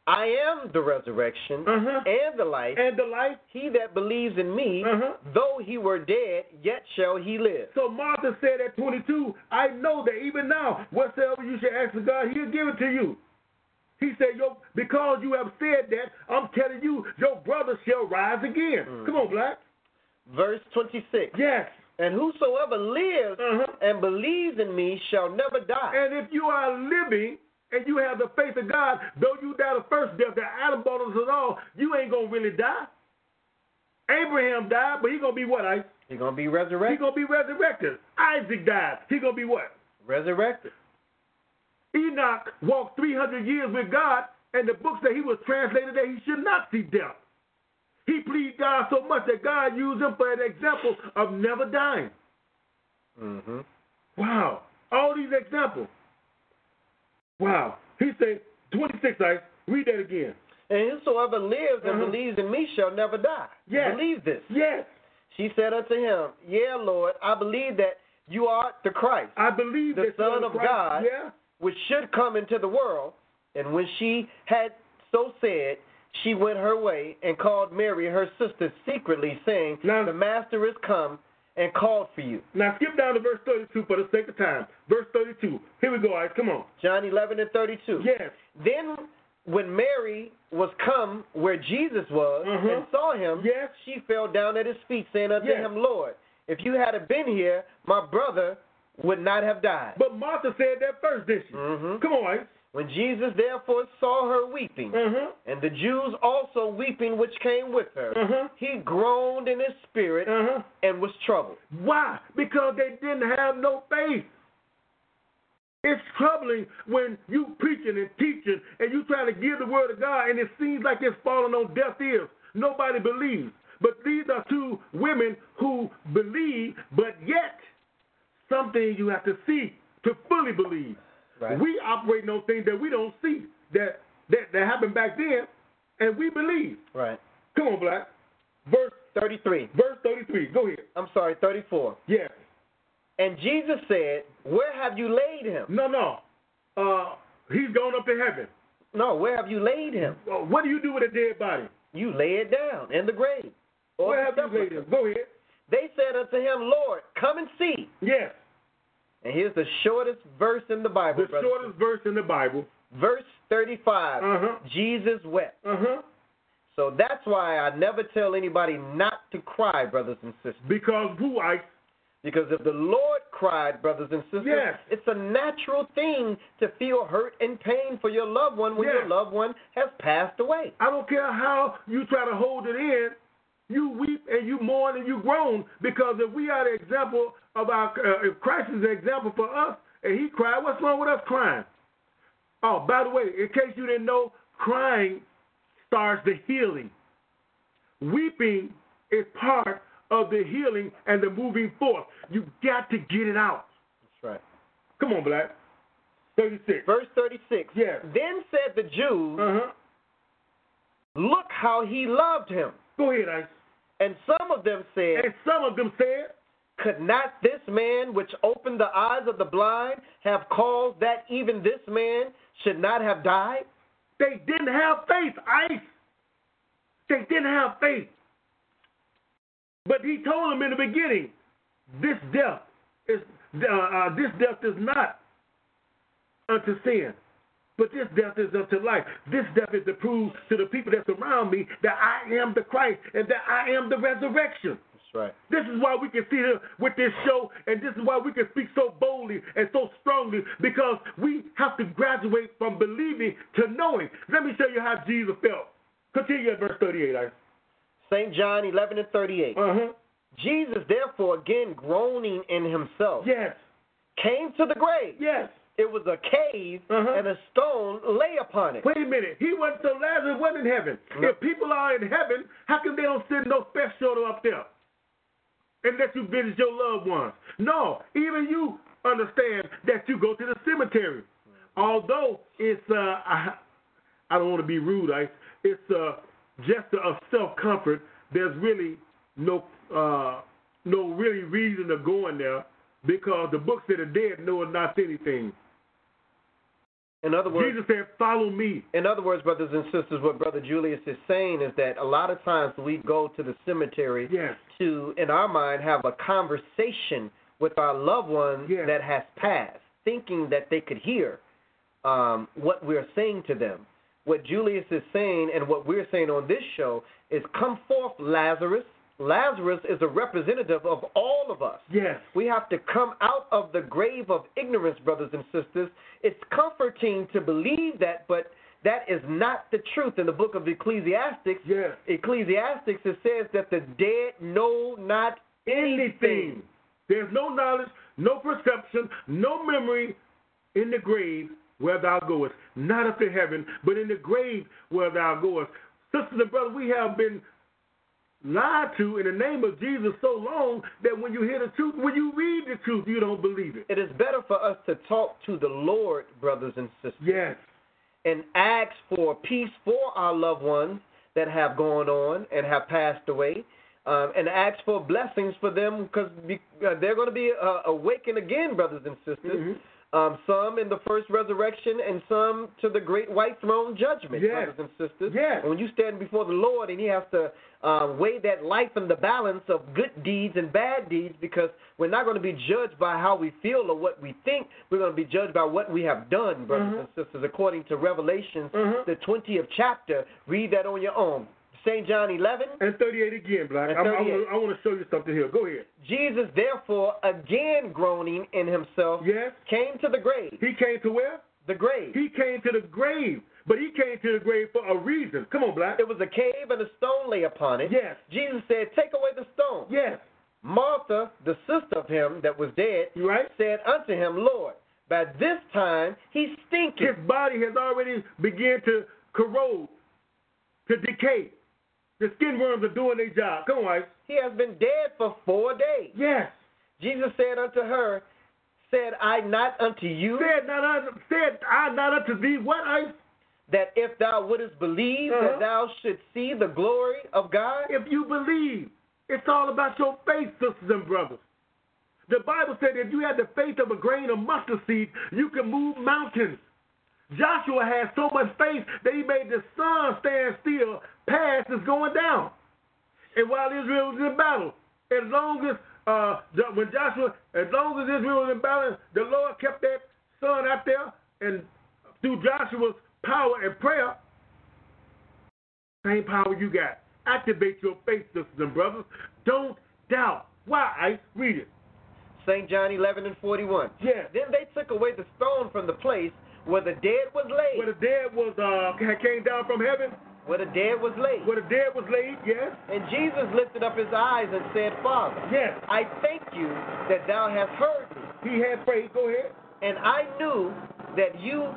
Speaker 2: I am the resurrection
Speaker 3: Uh-huh.
Speaker 2: and the life.
Speaker 3: And the life.
Speaker 2: he that believes in me,
Speaker 3: Uh-huh.
Speaker 2: though he were dead, yet shall he live.
Speaker 3: So Martha said at 22, I know that even now, whatsoever you shall ask of God, he'll give it to you. He said, Yo, because you have said that, I'm telling you, your brother shall rise again. Come on, Black.
Speaker 2: Verse 26.
Speaker 3: Yes.
Speaker 2: And whosoever lives
Speaker 3: Uh-huh.
Speaker 2: and believes in me shall never die.
Speaker 3: And if you are living and you have the faith of God, though you die the first death that Adam bought us at all, you ain't going to really die. Abraham died, but he going to be what, Isaac?
Speaker 2: You're going to be
Speaker 3: He
Speaker 2: resurrected.
Speaker 3: going to be resurrected. Isaac died. He going to be what?
Speaker 2: resurrected.
Speaker 3: Enoch walked 300 years with God, and the books that he was translated that he should not see death. He pleased God so much that God used him for an example of never dying.
Speaker 2: Mm-hmm.
Speaker 3: Wow. All these examples. Wow. He said, 26, I read that again.
Speaker 2: And whosoever lives and
Speaker 3: Uh-huh.
Speaker 2: believes in me shall never die.
Speaker 3: Yes.
Speaker 2: Believe this.
Speaker 3: Yes,
Speaker 2: She said unto him, Yeah, Lord, I believe that you are the Christ,
Speaker 3: I believe
Speaker 2: The
Speaker 3: that you
Speaker 2: Son
Speaker 3: are
Speaker 2: of
Speaker 3: Christ.
Speaker 2: God.
Speaker 3: Yeah.
Speaker 2: which should come into the world. And when she had so said, she went her way and called Mary, her sister, secretly, saying,
Speaker 3: Now-
Speaker 2: The Master is come and called for you.
Speaker 3: Now skip down to verse 32 for the sake of time. Verse 32. Here we go, guys. Come on.
Speaker 2: John 11 and 32.
Speaker 3: Yes.
Speaker 2: Then when Mary was come where Jesus was
Speaker 3: Uh-huh.
Speaker 2: and saw him,
Speaker 3: Yes.
Speaker 2: she fell down at his feet, saying unto
Speaker 3: Yes.
Speaker 2: him, Lord, if you had been here, my brother would not have died.
Speaker 3: But Martha said that first, didn't she?
Speaker 2: Mhm.
Speaker 3: Come on, guys.
Speaker 2: when Jesus therefore saw her weeping,
Speaker 3: Uh-huh.
Speaker 2: and the Jews also weeping which came with her,
Speaker 3: Uh-huh.
Speaker 2: he groaned in his spirit
Speaker 3: Uh-huh.
Speaker 2: and was troubled.
Speaker 3: Why? Because they didn't have no faith. It's troubling when you preaching and teaching and you trying to give the word of God and it seems like it's falling on deaf ears. Nobody believes. But these are two women who believe, but yet something you have to see to fully believe.
Speaker 2: Right.
Speaker 3: We operating on things that we don't see that that, that happened back then, and we believe.
Speaker 2: Right.
Speaker 3: Come on, Black. Verse
Speaker 2: 33.
Speaker 3: verse thirty three. Go ahead.
Speaker 2: I'm sorry, 34.
Speaker 3: Yes.
Speaker 2: And Jesus said, Where have you laid him?
Speaker 3: No, no. Uh, he's gone up to heaven.
Speaker 2: No, where have you laid him?
Speaker 3: Uh, what do you do with a dead body?
Speaker 2: You lay it down in the grave. Or
Speaker 3: Where
Speaker 2: the
Speaker 3: have you laid
Speaker 2: sepulchre.
Speaker 3: him? Go ahead.
Speaker 2: They said unto him, Lord, come and see.
Speaker 3: Yes.
Speaker 2: And here's the shortest verse in the Bible.
Speaker 3: The
Speaker 2: brother.
Speaker 3: shortest verse in the Bible.
Speaker 2: Verse 35.
Speaker 3: Uh-huh.
Speaker 2: Jesus wept.
Speaker 3: Uh huh.
Speaker 2: So that's why I never tell anybody not to cry, brothers and sisters.
Speaker 3: Because who I
Speaker 2: Because if the Lord cried, brothers and sisters,
Speaker 3: Yes.
Speaker 2: it's a natural thing to feel hurt and pain for your loved one when your
Speaker 3: Yes.
Speaker 2: loved one has passed away.
Speaker 3: I don't care how you try to hold it in. You weep and you mourn and you groan because if we are the example of our, uh, if Christ is the example for us and he cried, what's wrong with us crying? Oh, by the way, in case you didn't know, crying starts the healing. Weeping is part of the healing and the moving forth. You got to get it out.
Speaker 2: That's right.
Speaker 3: Come on, Black. 36.
Speaker 2: Verse 36.
Speaker 3: Yes.
Speaker 2: Then said the Jews,
Speaker 3: Uh-huh.
Speaker 2: Look how he loved him.
Speaker 3: Go ahead, Ice.
Speaker 2: And some of them said,
Speaker 3: And some of them said,
Speaker 2: Could not this man which opened the eyes of the blind have caused that even this man should not have died?
Speaker 3: They didn't have faith, Ice. They didn't have faith. But he told them in the beginning, this death is uh, uh, this death is not unto sin, but this death is unto life. This death is to prove to the people that surround me that I am the Christ and that I am the resurrection.
Speaker 2: That's right.
Speaker 3: This is why we can sit here with this show, and this is why we can speak so boldly and so strongly because we have to graduate from believing to knowing. Let me show you how Jesus felt. Continue at verse 38. I. Uh
Speaker 2: St. John 11 and 38.
Speaker 3: huh.
Speaker 2: Jesus, therefore, again groaning in himself,
Speaker 3: Yes.
Speaker 2: came to the grave.
Speaker 3: Yes.
Speaker 2: It was a cave,
Speaker 3: Uh-huh.
Speaker 2: and a stone lay upon it.
Speaker 3: Wait a minute. He wasn't so Lazarus wasn't in heaven.
Speaker 2: No.
Speaker 3: If people are in heaven, how come they don't send no special shoulder up there? Unless you visit your loved ones. No, even you understand that you go to the cemetery. Although it's uh I, I don't want to be rude, I it's uh, a gesture of self comfort. There's really no uh no really reason to go in there because the books that are dead know not anything.
Speaker 2: In other words,
Speaker 3: Jesus said, Follow me.
Speaker 2: in other words, brothers and sisters, what Brother Julius is saying is that a lot of times we go to the cemetery
Speaker 3: Yes.
Speaker 2: to, in our mind, have a conversation with our loved one
Speaker 3: Yes.
Speaker 2: that has passed, thinking that they could hear um, what we're saying to them. What Julius is saying and what we're saying on this show is come forth, Lazarus. Lazarus is a representative of all of us.
Speaker 3: Yes.
Speaker 2: We have to come out of the grave of ignorance, brothers and sisters. It's comforting to believe that, but that is not the truth. In the book of Ecclesiastics,
Speaker 3: Yes.
Speaker 2: Ecclesiastics, it says that the dead know not anything.
Speaker 3: anything. There's no knowledge, no perception, no memory in the grave where thou goest. Not up to heaven, but in the grave where thou goest. Sisters and brothers, we have been lied to in the name of Jesus so long that when you hear the truth, when you read the truth, you don't believe it.
Speaker 2: It is better for us to talk to the Lord, brothers and sisters,
Speaker 3: Yes.
Speaker 2: and ask for peace for our loved ones that have gone on and have passed away. Um, and ask
Speaker 3: Mm-hmm.
Speaker 2: for blessings for them because be, uh, they're going to be uh, awakened again, brothers and sisters. um, some in the first resurrection, and some to the great white throne judgment,
Speaker 3: Yes.
Speaker 2: brothers and sisters.
Speaker 3: Yes.
Speaker 2: When you stand before the Lord and He has to um, weigh that life in the balance of good deeds and bad deeds, because we're not going to be judged by how we feel or what we think. We're going to be judged by what we have done, brothers
Speaker 3: Mm-hmm.
Speaker 2: and sisters, according to Revelations,
Speaker 3: Mhm.
Speaker 2: the 20th chapter. Read that on your own. St. John 11.
Speaker 3: And 38 again, Black.
Speaker 2: And
Speaker 3: I'm- I
Speaker 2: 38.
Speaker 3: wanna- I want to show you something here. Go ahead.
Speaker 2: Jesus, therefore, again groaning in himself,
Speaker 3: Yes.
Speaker 2: came to the grave.
Speaker 3: He came to where?
Speaker 2: The grave.
Speaker 3: He came to the grave. But he came to the grave for a reason. Come on, Black.
Speaker 2: It was a cave and a stone lay upon it.
Speaker 3: Yes.
Speaker 2: Jesus said, Take away the stone.
Speaker 3: Yes.
Speaker 2: Martha, the sister of him that was dead,
Speaker 3: You right?
Speaker 2: said unto him, Lord, by this time he
Speaker 3: His
Speaker 2: stinketh.
Speaker 3: body has already begun to corrode, to decay. The skin worms are doing their job. Come on, Ice.
Speaker 2: He has been dead for four days.
Speaker 3: Yes.
Speaker 2: Jesus said unto her, Said I not unto you
Speaker 3: Said not unto, said I not unto thee what Ice?
Speaker 2: that if thou wouldest believe,
Speaker 3: Uh-huh.
Speaker 2: that thou shouldst see the glory of God?
Speaker 3: If you believe, it's all about your faith, sisters and brothers. The Bible said if you had the faith of a grain of mustard seed, you can move mountains. Joshua had so much faith that he made the sun stand still past is going down. And while Israel was in battle, as long as uh, Jo- when Joshua, as long as Israel was in battle, the Lord kept that sun out there, and through Joshua's power and prayer, same power you got. Activate your faith, sisters and brothers. Don't doubt. Why? Ice? Read it.
Speaker 2: St. John 11 and 41.
Speaker 3: Yes.
Speaker 2: Then they took away the stone from the place where the dead was laid.
Speaker 3: Where the dead was uh ca- came down from heaven.
Speaker 2: where the dead was laid.
Speaker 3: Where the dead was laid. Yes.
Speaker 2: And Jesus lifted up his eyes and said, Father,
Speaker 3: Yes.
Speaker 2: I thank you that thou hast heard me,
Speaker 3: He had faith. Go ahead.
Speaker 2: and I knew that you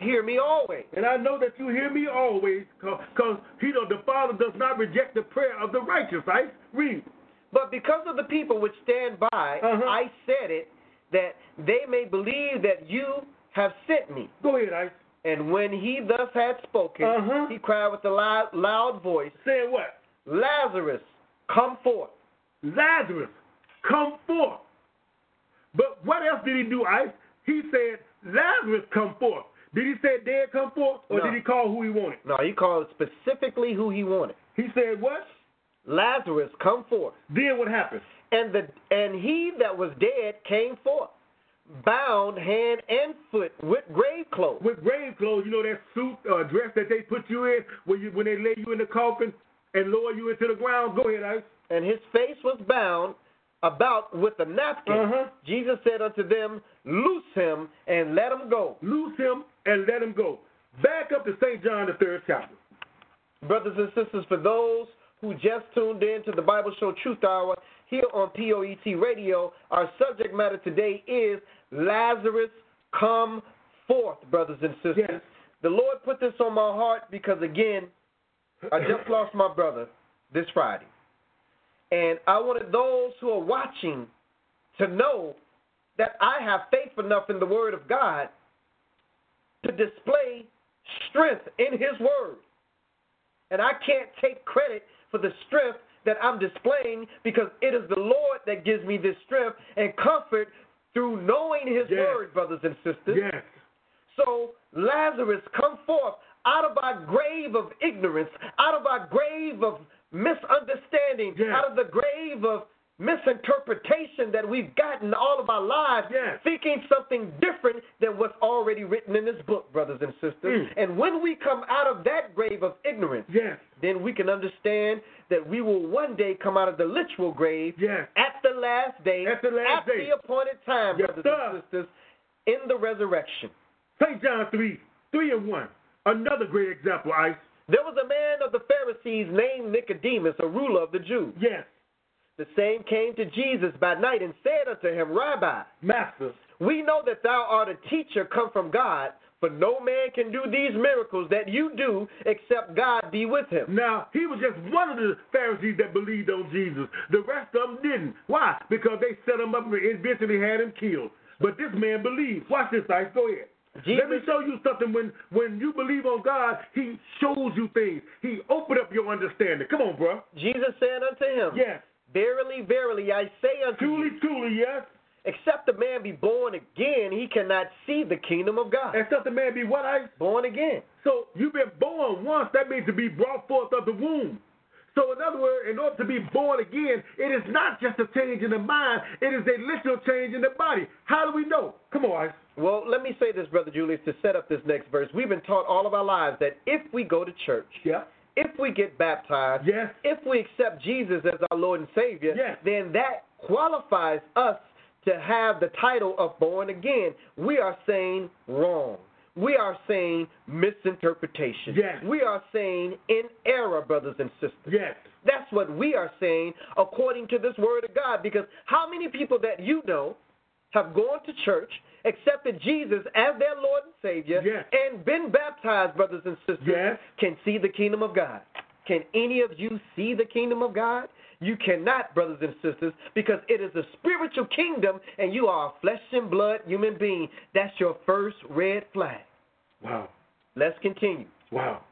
Speaker 2: hear me always.
Speaker 3: And I know that you hear me always, because he know the Father does not reject the prayer of the righteous. Right? Read.
Speaker 2: But because of the people which stand by,
Speaker 3: Uh-huh.
Speaker 2: I said it, that they may believe that you have sent me.
Speaker 3: Go ahead, Ice.
Speaker 2: And when he thus had spoken,
Speaker 3: Uh-huh.
Speaker 2: he cried with a loud, loud voice,
Speaker 3: Saying what?
Speaker 2: Lazarus, come forth.
Speaker 3: Lazarus, come forth. But what else did he do, Ice? He said, Lazarus, come forth. Did he say dead come forth, or
Speaker 2: No.
Speaker 3: did he call who he wanted?
Speaker 2: No, he called specifically who he wanted.
Speaker 3: He said what?
Speaker 2: Lazarus, come forth.
Speaker 3: Then what happened?
Speaker 2: And the and he that was dead came forth, bound hand and foot with grave clothes.
Speaker 3: With grave clothes, you know that suit uh, dress that they put you in when you when they lay you in the coffin and lower you into the ground. Go ahead, Ice.
Speaker 2: And his face was bound about with a napkin.
Speaker 3: Uh-huh.
Speaker 2: Jesus said unto them, Loose him and let him go.
Speaker 3: Loose him and let him go. Back up to St. John the third chapter.
Speaker 2: Brothers and sisters, for those who just tuned in to the Bible Show Truth Hour here on POET Radio, our subject matter today is Lazarus come forth, brothers and sisters.
Speaker 3: Yes.
Speaker 2: The Lord put this on my heart because, again, I just lost my brother this Friday. And I wanted those who are watching to know that I have faith enough in the Word of God to display strength in His Word. And I can't take credit for the strength that I'm displaying because it is the Lord that gives me this strength and comfort through knowing His
Speaker 3: Yes.
Speaker 2: Word, brothers and sisters.
Speaker 3: Yes.
Speaker 2: So, Lazarus, come forth out of our grave of ignorance, out of our grave of misunderstanding,
Speaker 3: Yes.
Speaker 2: out of the grave of misinterpretation that we've gotten all of our lives,
Speaker 3: Yes.
Speaker 2: thinking something different than what's already written in this book, brothers and sisters.
Speaker 3: Mm.
Speaker 2: And when we come out of that grave of ignorance,
Speaker 3: Yes.
Speaker 2: then we can understand that we will one day come out of the literal grave
Speaker 3: Yes.
Speaker 2: at the last day,
Speaker 3: At the last
Speaker 2: at
Speaker 3: day.
Speaker 2: the appointed time,
Speaker 3: Yes,
Speaker 2: brothers
Speaker 3: sir.
Speaker 2: and sisters, in the resurrection.
Speaker 3: St. John three, three and one. Another great example, Ice.
Speaker 2: There was a man of the Pharisees named Nicodemus, a ruler of the Jews.
Speaker 3: Yes.
Speaker 2: The same came to Jesus by night and said unto him, Rabbi,
Speaker 3: Master.
Speaker 2: we know that thou art a teacher come from God, for no man can do these miracles that you do except God be with him.
Speaker 3: Now, he was just one of the Pharisees that believed on Jesus. The rest of them didn't. Why? Because they set him up and eventually had him killed. But this man believed. Watch this, Ice. Go ahead. Let me
Speaker 2: Jesus-
Speaker 3: show you something. When when you believe on God, He shows you things. He opened up your understanding. Come on, bro.
Speaker 2: Jesus said unto him,
Speaker 3: Yes.
Speaker 2: Verily, verily, I say unto
Speaker 3: Truly,
Speaker 2: you,
Speaker 3: truly, yes.
Speaker 2: Except the man be born again, he cannot see the kingdom of God.
Speaker 3: Except the man be what I
Speaker 2: Born again.
Speaker 3: So you've been born once. That means to be brought forth of the womb. So in other words, in order to be born again, it is not just a change in the mind. It is a literal change in the body. How do we know? Come on, Ice.
Speaker 2: Well, let me say this, Brother Julius, to set up this next verse. We've been taught all of our lives that if we go to church,
Speaker 3: Yeah.
Speaker 2: if we get baptized,
Speaker 3: Yes.
Speaker 2: if we accept Jesus as our Lord and Savior,
Speaker 3: Yes.
Speaker 2: then that qualifies us to have the title of born again. We are saying wrong. We are saying misinterpretation.
Speaker 3: Yes.
Speaker 2: We are saying in error, brothers and sisters.
Speaker 3: Yes.
Speaker 2: That's what we are saying according to this word of God. Because how many people that you know have gone to church, accepted Jesus as their Lord and Savior,
Speaker 3: Yes.
Speaker 2: and been baptized, brothers and sisters,
Speaker 3: Yes.
Speaker 2: can see the kingdom of God? Can any of you see the kingdom of God? You cannot, brothers and sisters, because it is a spiritual kingdom and you are a flesh and blood human being. That's your first red flag.
Speaker 3: Wow.
Speaker 2: Let's continue.
Speaker 3: Wow.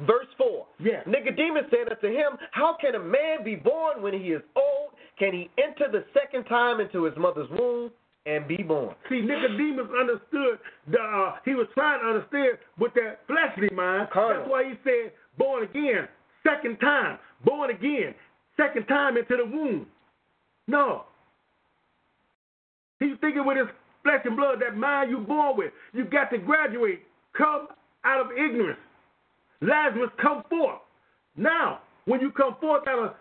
Speaker 2: Verse 4.
Speaker 3: Yes.
Speaker 2: Nicodemus said unto him, How can a man be born when he is old? Can he enter the second time into his mother's womb and be born?
Speaker 3: See, Nicodemus understood. The, uh, he was trying to understand with that fleshly mind.
Speaker 2: Carnal.
Speaker 3: That's why he said, "Born again, second time, born again, second time into the womb." No. He's thinking with his flesh and blood, that mind you born with. You got to graduate, come out of ignorance. Lazarus, come forth. Now, when you come forth out of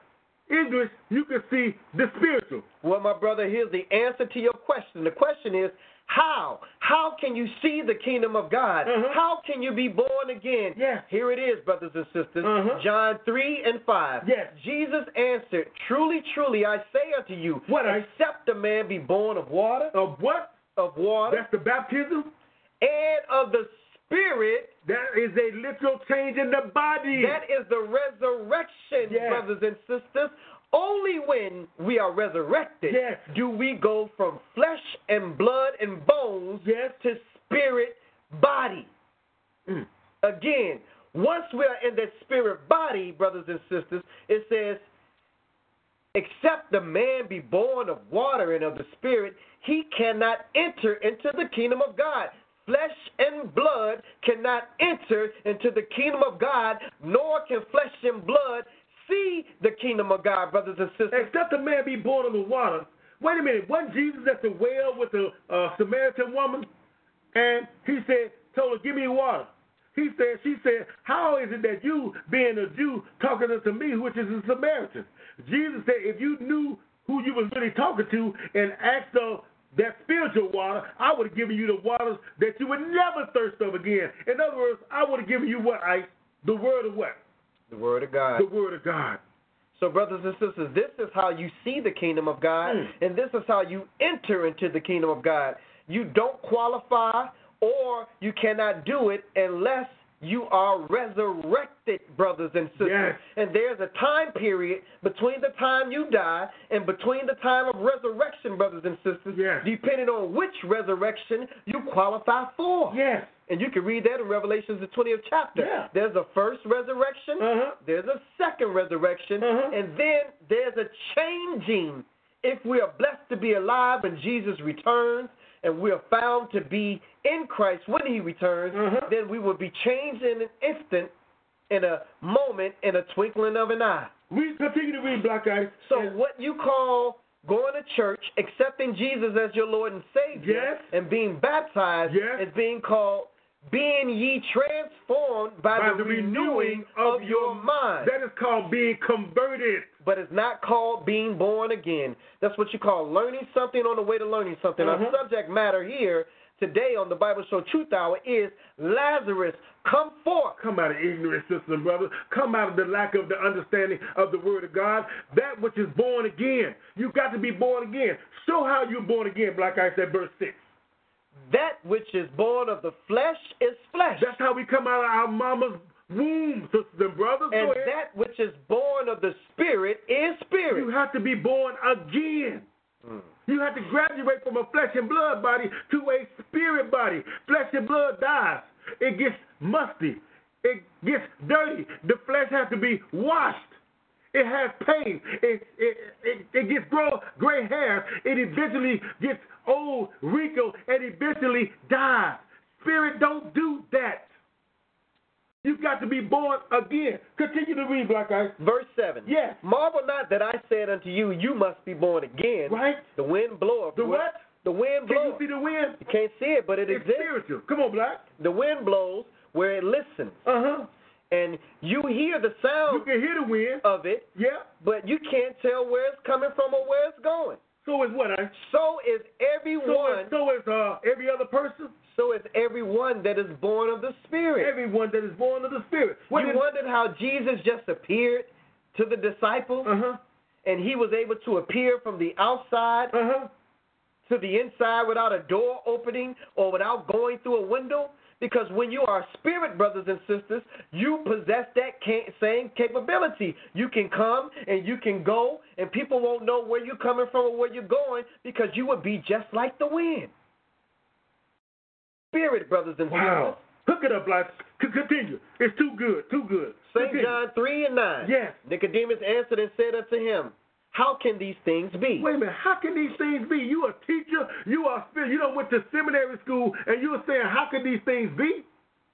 Speaker 3: ignorance, you can see the spiritual.
Speaker 2: Well, my brother, here's the answer to your question. The question is, how? How can you see the kingdom of God?
Speaker 3: Uh-huh.
Speaker 2: How can you be born again?
Speaker 3: Yes.
Speaker 2: Here it is, brothers and sisters.
Speaker 3: Uh-huh.
Speaker 2: John 3 and 5.
Speaker 3: Yes.
Speaker 2: Jesus answered, Truly, truly, I say unto you,
Speaker 3: What I-
Speaker 2: except a man be born of water,
Speaker 3: Of what?
Speaker 2: of water,
Speaker 3: That's the baptism.
Speaker 2: and of the Spirit,
Speaker 3: That is a literal change in the body.
Speaker 2: that is the resurrection,
Speaker 3: Yes.
Speaker 2: brothers and sisters. Only when we are resurrected
Speaker 3: Yes.
Speaker 2: do we go from flesh and blood and bones
Speaker 3: Yes.
Speaker 2: to spirit body.
Speaker 3: Mm.
Speaker 2: Again, once we are in that spirit body, brothers and sisters, it says, except the man be born of water and of the spirit, he cannot enter into the kingdom of God. Flesh and blood cannot enter into the kingdom of God, nor can flesh and blood see the kingdom of God, brothers and sisters.
Speaker 3: Except a man be born of the water. Wait a minute. Wasn't Jesus at the well with the uh, Samaritan woman? And he said, told her, give me water. He said, she said, how is it that you, being a Jew, talking unto me, which is a Samaritan? Jesus said, if you knew who you was really talking to and asked her that spiritual water, I would have given you the waters that you would never thirst of again. In other words, I would have given you what? I, the word of what?
Speaker 2: The word of God.
Speaker 3: the word of God.
Speaker 2: So, brothers and sisters, this is how you see the kingdom of God,
Speaker 3: Mm.
Speaker 2: and this is how you enter into the kingdom of God. You don't qualify, or you cannot do it unless you are resurrected, brothers and sisters.
Speaker 3: Yes.
Speaker 2: And there's a time period between the time you die and between the time of resurrection, brothers and sisters,
Speaker 3: Yes.
Speaker 2: depending on which resurrection you qualify for.
Speaker 3: Yes.
Speaker 2: And you can read that in Revelations the 20th chapter.
Speaker 3: Yeah.
Speaker 2: There's a first resurrection,
Speaker 3: Uh-huh.
Speaker 2: there's a second resurrection,
Speaker 3: Uh-huh.
Speaker 2: and then there's a changing if we are blessed to be alive when Jesus returns and we are found to be in Christ when he returns,
Speaker 3: Uh-huh.
Speaker 2: then we will be changed in an instant, in a moment, in a twinkling of an eye.
Speaker 3: We continue to read Black Eyes.
Speaker 2: So
Speaker 3: And-
Speaker 2: what you call going to church, accepting Jesus as your Lord and Savior,
Speaker 3: Yes.
Speaker 2: and being baptized
Speaker 3: Yes.
Speaker 2: is being called being ye transformed by,
Speaker 3: by
Speaker 2: the, renewing of, your mind.
Speaker 3: That is called being converted.
Speaker 2: but it's not called being born again. That's what you call learning something on the way to learning something.
Speaker 3: Uh-huh.
Speaker 2: Our subject matter here today on the Bible Show Truth Hour is Lazarus, come forth.
Speaker 3: Come out of ignorance, sisters and brothers. Come out of the lack of the understanding of the Word of God. That which is born again. You got to be born again. Show how you're born again, Black Eyes at verse 6.
Speaker 2: That which is born of the flesh is flesh.
Speaker 3: That's how we come out of our mama's womb, sisters and brothers. Go
Speaker 2: and
Speaker 3: ahead.
Speaker 2: that which is born of the Spirit is Spirit.
Speaker 3: You have to be born again. You have to graduate from a flesh and blood body to a spirit body. Flesh and blood dies. It gets musty. It gets dirty. The flesh has to be washed. It has pain. It it it, it gets grow, gray hair. It eventually gets old, wrinkled, and eventually dies. Spirit don't do that. You've got to be born again. Continue to read, Black Ice.
Speaker 2: Verse 7.
Speaker 3: Yes.
Speaker 2: Marvel not that I said unto you, You must be born again.
Speaker 3: Right?
Speaker 2: The wind bloweth.
Speaker 3: The
Speaker 2: where-
Speaker 3: what?
Speaker 2: The wind
Speaker 3: Can you
Speaker 2: bloweth.
Speaker 3: see the wind?
Speaker 2: You can't see it, but it
Speaker 3: It's
Speaker 2: exists.
Speaker 3: spiritual. Come on, Black.
Speaker 2: The wind blows where it listens.
Speaker 3: Uh huh.
Speaker 2: And you hear the
Speaker 3: You
Speaker 2: sound
Speaker 3: can hear the wind.
Speaker 2: of it,
Speaker 3: Yeah.
Speaker 2: but you can't tell where it's coming from or where it's going.
Speaker 3: So is what? I,
Speaker 2: So is
Speaker 3: so
Speaker 2: everyone.
Speaker 3: is, so is uh, every other person.
Speaker 2: So is everyone that is born of the Spirit.
Speaker 3: Everyone that is born of the Spirit. What
Speaker 2: you wondered how Jesus just appeared to the disciples,
Speaker 3: Uh huh.
Speaker 2: and he was able to appear from the outside
Speaker 3: Uh huh.
Speaker 2: to the inside without a door opening or without going through a window? Because when you are spirit brothers and sisters, you possess that ca- same capability. You can come and you can go, and people won't know where you're coming from or where you're going because you would be just like the wind. Spirit brothers and
Speaker 3: Wow. Hook it up, Black. C- continue. It's too good. Too good.
Speaker 2: sisters. St.
Speaker 3: Continue.
Speaker 2: John 3 and 9.
Speaker 3: Yes.
Speaker 2: Nicodemus answered and said unto him, How can these things be?
Speaker 3: Wait a minute. How can these things be? You a teacher. You are spirit. You don't went to seminary school, and you are saying, how can these things be?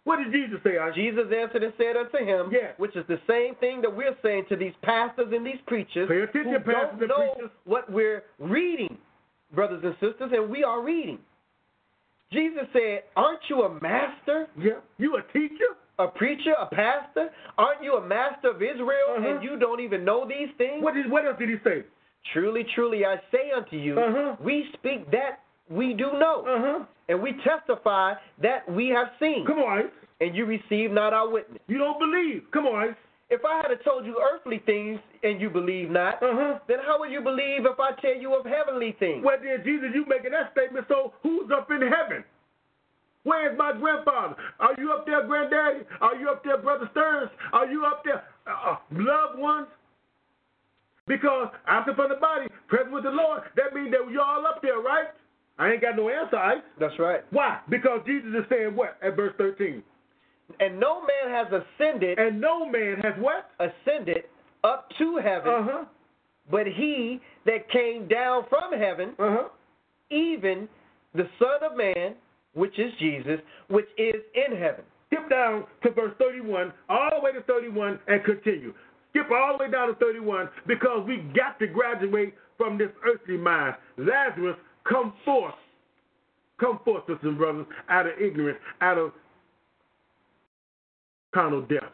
Speaker 3: What did Jesus say? I
Speaker 2: Jesus answered and said unto him,
Speaker 3: Yes.
Speaker 2: which is the same thing that we're saying to these pastors and these preachers
Speaker 3: Pay attention,
Speaker 2: who
Speaker 3: pastors
Speaker 2: don't
Speaker 3: and
Speaker 2: know
Speaker 3: preachers.
Speaker 2: what we're reading, brothers and sisters, and we are reading. Jesus said, Aren't you a master,
Speaker 3: Yeah. You a teacher?
Speaker 2: a preacher, a pastor? Aren't you a master of Israel
Speaker 3: Uh-huh.
Speaker 2: and you don't even know these things?
Speaker 3: What, did, what else did he say?
Speaker 2: Truly, truly, I say unto you,
Speaker 3: Uh-huh.
Speaker 2: we speak that we do know,
Speaker 3: Uh-huh.
Speaker 2: and we testify that we have seen,
Speaker 3: Come on, Ice.
Speaker 2: and you receive not our witness.
Speaker 3: You don't believe. Come on, Ice.
Speaker 2: If I had told you earthly things and you believe not,
Speaker 3: Uh-huh.
Speaker 2: then how will you believe if I tell you of heavenly things?
Speaker 3: Well, then, Jesus, you making that statement, so who's up in heaven? Where's my grandfather? Are you up there, granddaddy? Are you up there, brother Stearns? Are you up there, uh, uh, loved ones? Because absent from the body, present with the Lord, that means that you're all up there, right? I ain't got no answer, Ike.
Speaker 2: That's right.
Speaker 3: Why? Because Jesus is saying what at verse 13?
Speaker 2: And no man has ascended
Speaker 3: And no man has what?
Speaker 2: ascended up to heaven,
Speaker 3: Uh huh.
Speaker 2: but he that came down from heaven,
Speaker 3: Uh huh.
Speaker 2: even the Son of Man, which is Jesus, which is in heaven.
Speaker 3: skip down to verse 31, all the way to 31, and continue. Skip all the way down to 31 because we got to graduate from this earthly mind. Lazarus, come forth. Come forth, sisters and brothers, out of ignorance, out of carnal death,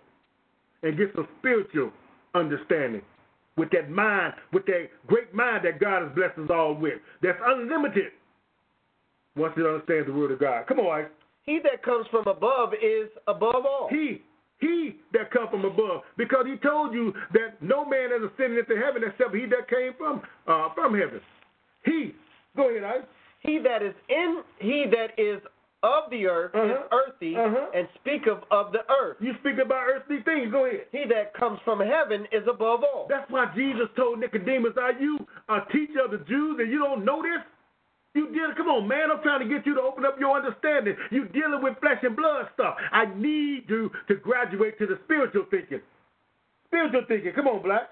Speaker 3: and get some spiritual understanding with that mind, with that great mind that God has blessed us all with, that's unlimited once it understands the word of God. Come on, Ike.
Speaker 2: He that comes from above is above all.
Speaker 3: He, he that come from above, because he told you that no man has ascended into heaven except he that came from uh, from heaven. He, go ahead, Ike.
Speaker 2: He that is in he that is of the earth is
Speaker 3: Uh-huh.
Speaker 2: earthy
Speaker 3: Uh-huh.
Speaker 2: and speaketh of the earth.
Speaker 3: You speak about earthly things. Go ahead.
Speaker 2: He that comes from heaven is above all.
Speaker 3: That's why Jesus told Nicodemus, "Are you a teacher of the Jews and you don't know this?" You deal. Come on, man. I'm trying to get you to open up your understanding. You dealing with flesh and blood stuff. I need you to graduate to the spiritual thinking. Spiritual thinking. Come on, black.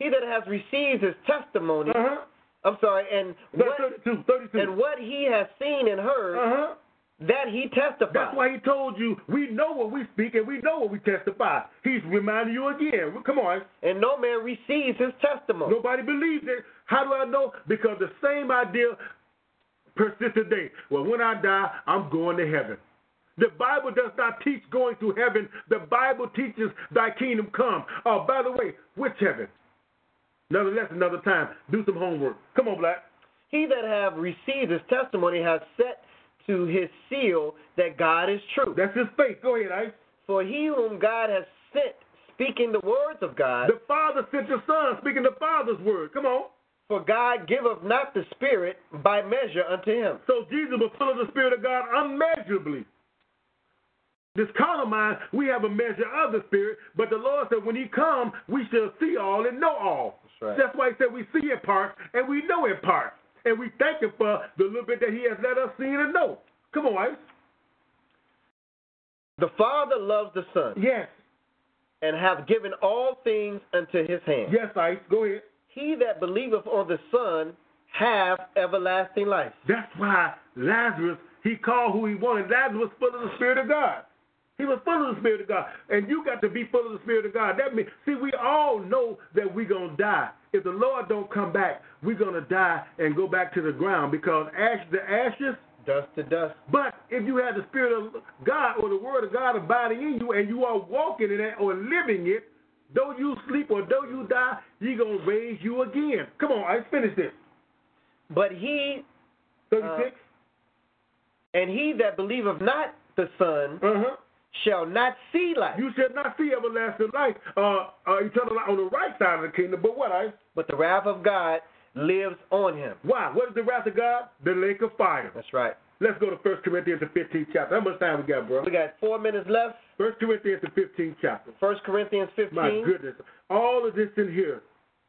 Speaker 2: He that has received his testimony,
Speaker 3: Uh huh.
Speaker 2: I'm sorry, and what,
Speaker 3: 32. 32.
Speaker 2: and what he has seen and heard,
Speaker 3: uh huh.
Speaker 2: that he testifies.
Speaker 3: That's why he told you, we know what we speak and we know what we testify. He's reminding you again. Come on.
Speaker 2: and no man receives his testimony.
Speaker 3: Nobody believes it. How do I know? Because the same idea persists today. Well, when I die, I'm going to heaven. The Bible does not teach going to heaven. The Bible teaches thy kingdom come. Oh, by the way, which heaven? Nonetheless, another time. Do some homework. Come on, Black.
Speaker 2: He that have received his testimony has set to his seal that God is true.
Speaker 3: That's his faith. Go ahead, Ice.
Speaker 2: For he whom God has sent, speaking the words of God,
Speaker 3: The Father sent the Son, speaking the Father's word. Come on.
Speaker 2: for God giveth not the Spirit by measure unto him.
Speaker 3: So Jesus was full of the Spirit of God unmeasurably. This carnal mind, we have a measure of the Spirit, but the Lord said, when He come, we shall see all and know all.
Speaker 2: right.
Speaker 3: That's why He said we see in part and we know in part, and we thank Him for the little bit that He has let us see and know. Come on, Ice.
Speaker 2: The Father loves the Son
Speaker 3: Yes.
Speaker 2: and hath given all things unto his hand.
Speaker 3: Yes, Ice. Go ahead.
Speaker 2: He that believeth on the Son hath everlasting life.
Speaker 3: That's why Lazarus, he called who he wanted. Lazarus was full of the Spirit of God. He was full of the Spirit of God. And you got to be full of the Spirit of God. That means, see, we all know that we're going to die. If the Lord don't come back, we're going to die and go back to the ground because ash the ashes.
Speaker 2: Dust to dust.
Speaker 3: But if you have the Spirit of God or the Word of God abiding in you and you are walking in it or living it, though you sleep or though you die, He going to raise you again. Come on, I finish this.
Speaker 2: But he
Speaker 3: 36?
Speaker 2: and he that believeth not the Son
Speaker 3: Uh huh.
Speaker 2: shall not see life,
Speaker 3: You shall not see everlasting life, uh, uh, eternal life on the right side of the kingdom. But what? I
Speaker 2: but the wrath of God lives on him.
Speaker 3: why? What is the wrath of God? The lake of fire.
Speaker 2: That's right.
Speaker 3: Let's go to First Corinthians the 15th chapter. How much time we got, bro?
Speaker 2: We got four minutes left.
Speaker 3: First Corinthians the 15th chapter.
Speaker 2: First Corinthians 15.
Speaker 3: My goodness, all of this in here,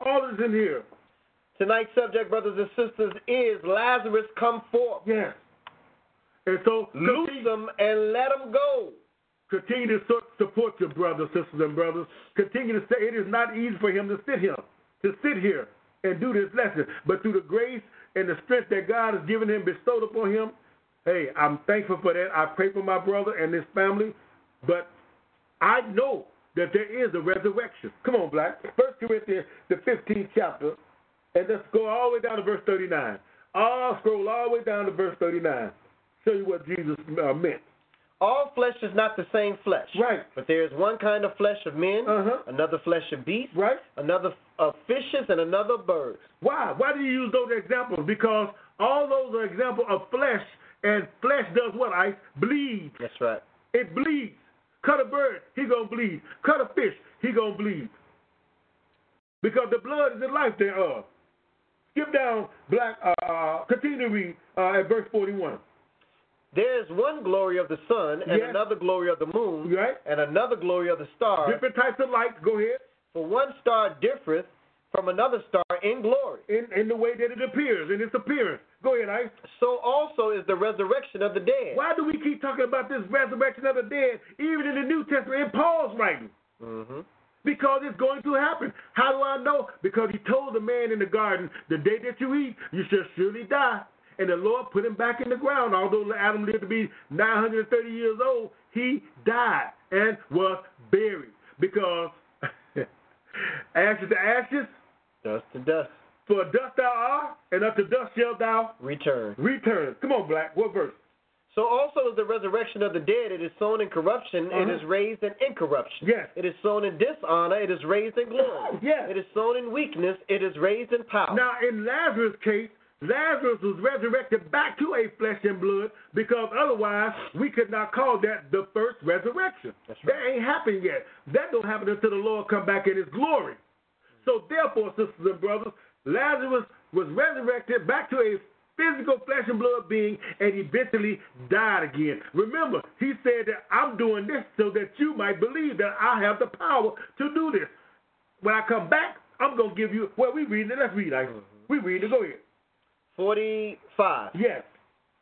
Speaker 3: all is in here.
Speaker 2: Tonight's subject, brothers and sisters, is Lazarus come forth.
Speaker 3: Yes. And so
Speaker 2: Loose
Speaker 3: continue,
Speaker 2: him and let him go.
Speaker 3: continue to su- support your brothers, sisters, and brothers. Continue to say it is not easy for him to sit here, to sit here and do this lesson. But through the grace and the strength that God has given him, bestowed upon him, hey, I'm thankful for that. I pray for my brother and his family. But I know that there is a resurrection. Come on, Black. First Corinthians, the 15th chapter, and let's go all the way down to verse 39. I'll scroll all the way down to verse 39. Show you what Jesus uh, meant.
Speaker 2: All flesh is not the same flesh.
Speaker 3: Right.
Speaker 2: But there is one kind of flesh of men,
Speaker 3: Uh-huh.
Speaker 2: another flesh of beasts,
Speaker 3: Right.
Speaker 2: another of fishes, and another of birds.
Speaker 3: Why? Why do you use those examples? Because all those are examples of flesh, and flesh does what? I bleed.
Speaker 2: That's right.
Speaker 3: It bleeds. Cut a bird, he gonna bleed. Cut a fish, he gonna bleed. Because the blood is the life thereof. Skip down, black. Uh, continue to read uh, at verse 41.
Speaker 2: There is one glory of the sun, and
Speaker 3: Yes.
Speaker 2: another glory of the moon,
Speaker 3: Right.
Speaker 2: and another glory of the stars.
Speaker 3: Different types of light. Go ahead.
Speaker 2: For one star differeth from another star in glory.
Speaker 3: In in the way that it appears, in its appearance. Go ahead, Ice.
Speaker 2: So also is the resurrection of the dead.
Speaker 3: Why do we keep talking about this resurrection of the dead, even in the New Testament, in Paul's writing?
Speaker 2: Mm-hmm.
Speaker 3: Because it's going to happen. How do I know? Because he told the man in the garden, the day that you eat, you shall surely die. And the Lord put him back in the ground. Although Adam lived to be 930 years old, he died and was buried. Because *laughs* ashes to ashes,
Speaker 2: Dust to dust.
Speaker 3: for dust thou art, and unto dust shalt thou
Speaker 2: Return.
Speaker 3: return. Come on, Black. What verse?
Speaker 2: So also is the resurrection of the dead. It is sown in corruption, it
Speaker 3: Uh-huh.
Speaker 2: is raised in incorruption.
Speaker 3: Yes.
Speaker 2: It is sown in dishonor, it is raised in glory.
Speaker 3: *gasps* Yes.
Speaker 2: It is sown in weakness, it is raised in power.
Speaker 3: Now, in Lazarus' case, Lazarus was resurrected back to a flesh and blood because otherwise we could not call that the first resurrection.
Speaker 2: That's right.
Speaker 3: That ain't happened yet. That don't happen until the Lord come back in His glory. So therefore, sisters and brothers, Lazarus was resurrected back to a physical flesh and blood being and eventually died again. Remember, he said that I'm doing this so that you might believe that I have the power to do this. When I come back, I'm gonna give you well we reading it, let's read I we read it, go ahead.
Speaker 2: 45.
Speaker 3: Yes.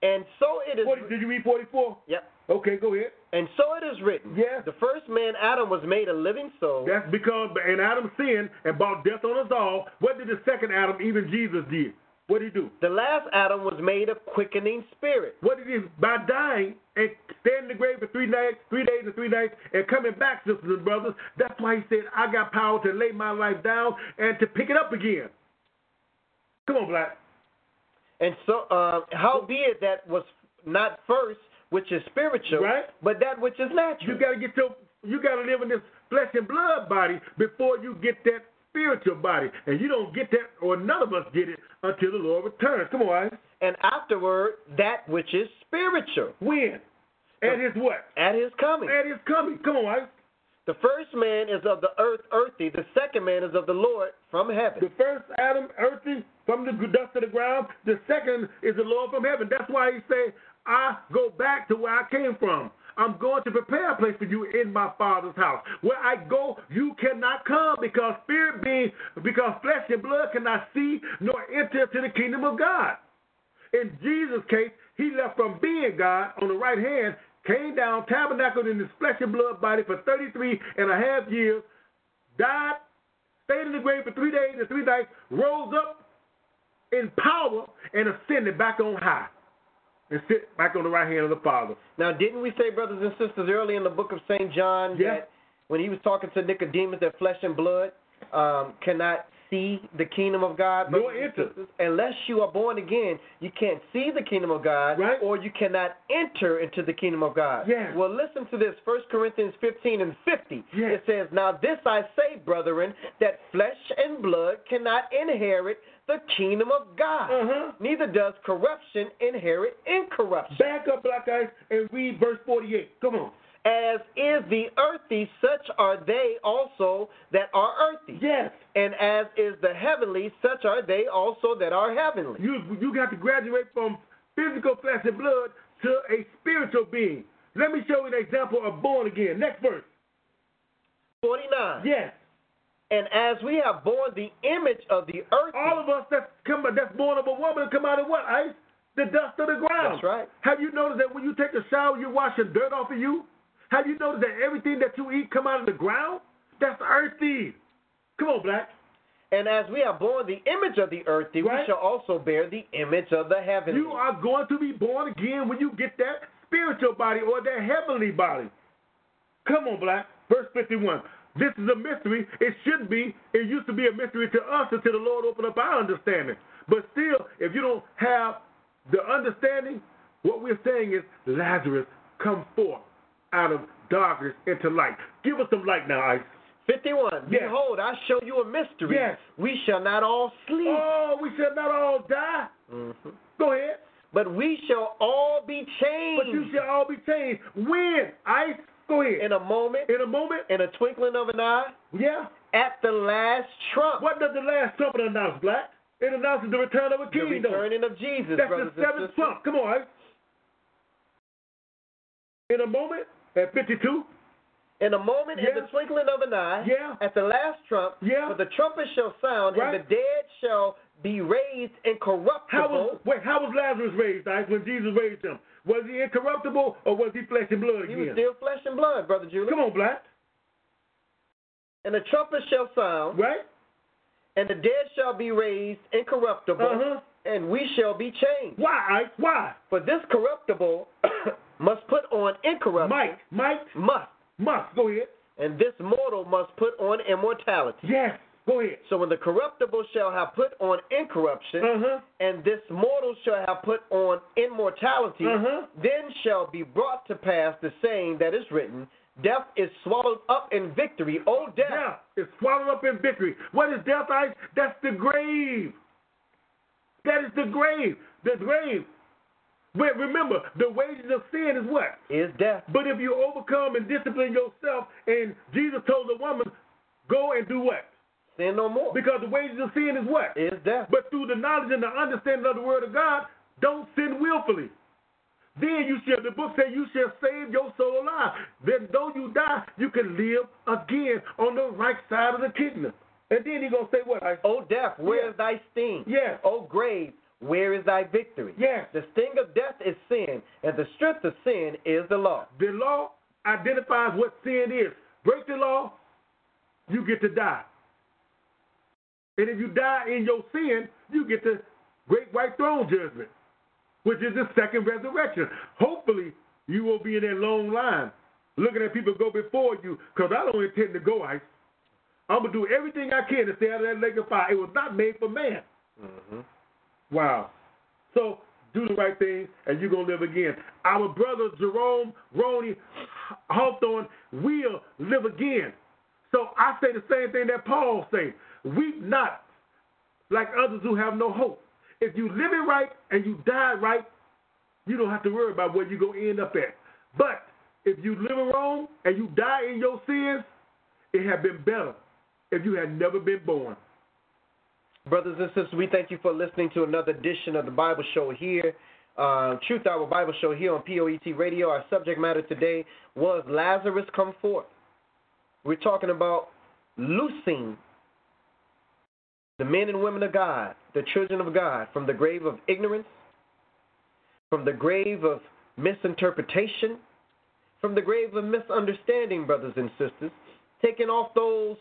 Speaker 2: And so it is.
Speaker 3: Forty did you read forty four?
Speaker 2: Yep.
Speaker 3: Okay, go ahead.
Speaker 2: And so it is written.
Speaker 3: Yes.
Speaker 2: The first man, Adam, was made a living soul.
Speaker 3: That's because and Adam sinned and brought death on us all. What did the second Adam, even Jesus, did? What did he do?
Speaker 2: The last Adam was made a quickening spirit.
Speaker 3: What did he by dying and staying in the grave for three nights, three days and three nights, and coming back, sisters and brothers? That's why he said, "I got power to lay my life down and to pick it up again." Come on, black.
Speaker 2: And so, uh, howbeit that was not first, which is spiritual,
Speaker 3: Right.
Speaker 2: but that which is natural.
Speaker 3: You gotta get your you gotta live in this flesh and blood body before you get that spiritual body. And you don't get that or none of us get it until the Lord returns. Come on, Isaac.
Speaker 2: and afterward, that which is spiritual
Speaker 3: when? At his what?
Speaker 2: at his coming.
Speaker 3: At his coming. Come on, Isaac.
Speaker 2: The first man is of the earth, earthy. The second man is of the Lord from heaven.
Speaker 3: The first Adam, earthy, from the dust of the ground. The second is the Lord from heaven. That's why he say, I go back to where I came from. I'm going to prepare a place for you in my father's house. Where I go, you cannot come because spirit being because flesh and blood cannot see nor enter to the kingdom of God. In Jesus' case, he left from being God on the right hand came down, tabernacled in his flesh and blood body for 33 and a half years, died, stayed in the grave for three days and three nights, rose up in power and ascended back on high and sit back on the right hand of the Father.
Speaker 2: Now, didn't we say, brothers and sisters, early in the book of St. John
Speaker 3: Yeah.
Speaker 2: that when he was talking to Nicodemus that flesh and blood um, cannot see the kingdom of God?
Speaker 3: Nor
Speaker 2: brothers and
Speaker 3: enter.
Speaker 2: sisters? Unless you are born again, you can't see the kingdom of God
Speaker 3: Right.
Speaker 2: or you cannot enter into the kingdom of God.
Speaker 3: Yeah.
Speaker 2: Well, listen to this 1 Corinthians 15 and 50.
Speaker 3: Yeah.
Speaker 2: It says, Now this I say, brethren, that flesh and blood cannot inherit the kingdom of God.
Speaker 3: Uh-huh.
Speaker 2: Neither does corruption inherit incorruption.
Speaker 3: Back up, Black Eyes, and read verse 48. Come on.
Speaker 2: As is the earthy, such are they also that are earthy.
Speaker 3: Yes.
Speaker 2: And as is the heavenly, such are they also that are heavenly.
Speaker 3: You, you got to graduate from physical flesh and blood to a spiritual being. Let me show you an example of born again. Next verse.
Speaker 2: 49.
Speaker 3: Yes.
Speaker 2: And as we have borne the image of the earthy,
Speaker 3: All of us that's come that's born of a woman come out of what? Ice? The dust of the ground.
Speaker 2: That's right.
Speaker 3: Have you noticed that when you take a shower you're washing dirt off of you? Have you noticed that everything that you eat come out of the ground? That's earthy. Come on, black.
Speaker 2: and as we have borne the image of the earthy, we
Speaker 3: Right.
Speaker 2: shall also bear the image of the heavenly.
Speaker 3: You are going to be born again when you get that spiritual body or that heavenly body. Come on, Black. Verse 51. This is a mystery. It should be. It used to be a mystery to us until the Lord opened up our understanding. But still, if you don't have the understanding, what we're saying is Lazarus, come forth out of darkness into light. Give us some light now, Ice.
Speaker 2: 51.
Speaker 3: Yes.
Speaker 2: Behold, I show you a mystery.
Speaker 3: Yes.
Speaker 2: We shall not all sleep, Mm-hmm.
Speaker 3: Oh, we shall not all die. Go ahead.
Speaker 2: but we shall all be changed
Speaker 3: But you shall all be changed. When? Ice, go ahead.
Speaker 2: Mm. in a moment,
Speaker 3: In a moment.
Speaker 2: in a twinkling of an eye.
Speaker 3: Yeah.
Speaker 2: at the last trump.
Speaker 3: What does the last trumpet announce, Black? It announces the return of a
Speaker 2: The
Speaker 3: kingdom.
Speaker 2: returning of Jesus,
Speaker 3: That's
Speaker 2: brothers
Speaker 3: the seventh
Speaker 2: and sisters.
Speaker 3: trump. Come on. Ike. In a moment, at 52,
Speaker 2: In a moment, in the
Speaker 3: Yeah.
Speaker 2: twinkling of an eye,
Speaker 3: Yeah.
Speaker 2: at the last trump,
Speaker 3: Yeah.
Speaker 2: for the trumpet shall sound,
Speaker 3: Right.
Speaker 2: and the dead shall be raised
Speaker 3: how
Speaker 2: incorruptible.
Speaker 3: was wait? How was Lazarus raised, Ike, when Jesus raised him? Was he incorruptible or was he flesh and blood
Speaker 2: he
Speaker 3: again?
Speaker 2: was still flesh and blood, brother Julius.
Speaker 3: Come on, Black.
Speaker 2: And the trumpet shall sound,
Speaker 3: Right?
Speaker 2: and the dead shall be raised incorruptible,
Speaker 3: Uh-huh.
Speaker 2: and we shall be changed.
Speaker 3: Why, Ike? Why?
Speaker 2: For this corruptible *coughs* must put on incorruption.
Speaker 3: Mike, Mike,
Speaker 2: Must.
Speaker 3: must. Go ahead.
Speaker 2: And this mortal must put on immortality.
Speaker 3: Yes. Go ahead.
Speaker 2: So when the corruptible shall have put on incorruption,
Speaker 3: Uh huh.
Speaker 2: and this mortal shall have put on immortality,
Speaker 3: Uh-huh.
Speaker 2: then shall be brought to pass the saying that is written, Death is swallowed up in victory. O death,
Speaker 3: Death is swallowed up in victory. What is death, Ice? That's the grave. That is the grave. The grave. But remember, the wages of sin is what?
Speaker 2: is death.
Speaker 3: But if you overcome and discipline yourself, and Jesus told the woman, go and do what?
Speaker 2: Sin no more.
Speaker 3: Because the wages of sin is what?
Speaker 2: is death.
Speaker 3: But through the knowledge and the understanding of the word of God, don't sin willfully. Then you shall, the book says, you shall save your soul alive. Then though you die, you can live again on the right side of the kingdom. And then he's going to say what? Oh, I,
Speaker 2: O death, where
Speaker 3: Yeah.
Speaker 2: is thy sting?
Speaker 3: Yeah.
Speaker 2: O grave, where is thy victory?
Speaker 3: Yeah.
Speaker 2: The sting of death is sin, and the strength of sin is the law.
Speaker 3: the law identifies what sin is. Break the law, you get to die. And if you die in your sin, you get the great white throne judgment, which is the second resurrection. Hopefully, you will be in that long line looking at people go before you because I don't intend to go. I, I'm going to do everything I can to stay out of that lake of fire. It was not made for man. Wow. So do the right thing, and you're gonna live again. Our brother Jerome Roney Hawthorne will live again. So I say the same thing that Paul said. Weep not like others who have no hope. If you live it right and you die right, you don't have to worry about where you're gonna end up at. But if you live it wrong and you die in your sins, it had been better if you had never been born.
Speaker 2: Brothers and sisters, we thank you for listening to another edition of the Bible Show here. Uh, Truth Hour Bible Show here on POET Radio. Our subject matter today was Lazarus Come Forth. We're talking about loosing the men and women of God, the children of God, from the grave of ignorance, from the grave of misinterpretation, from the grave of misunderstanding, brothers and sisters, taking off those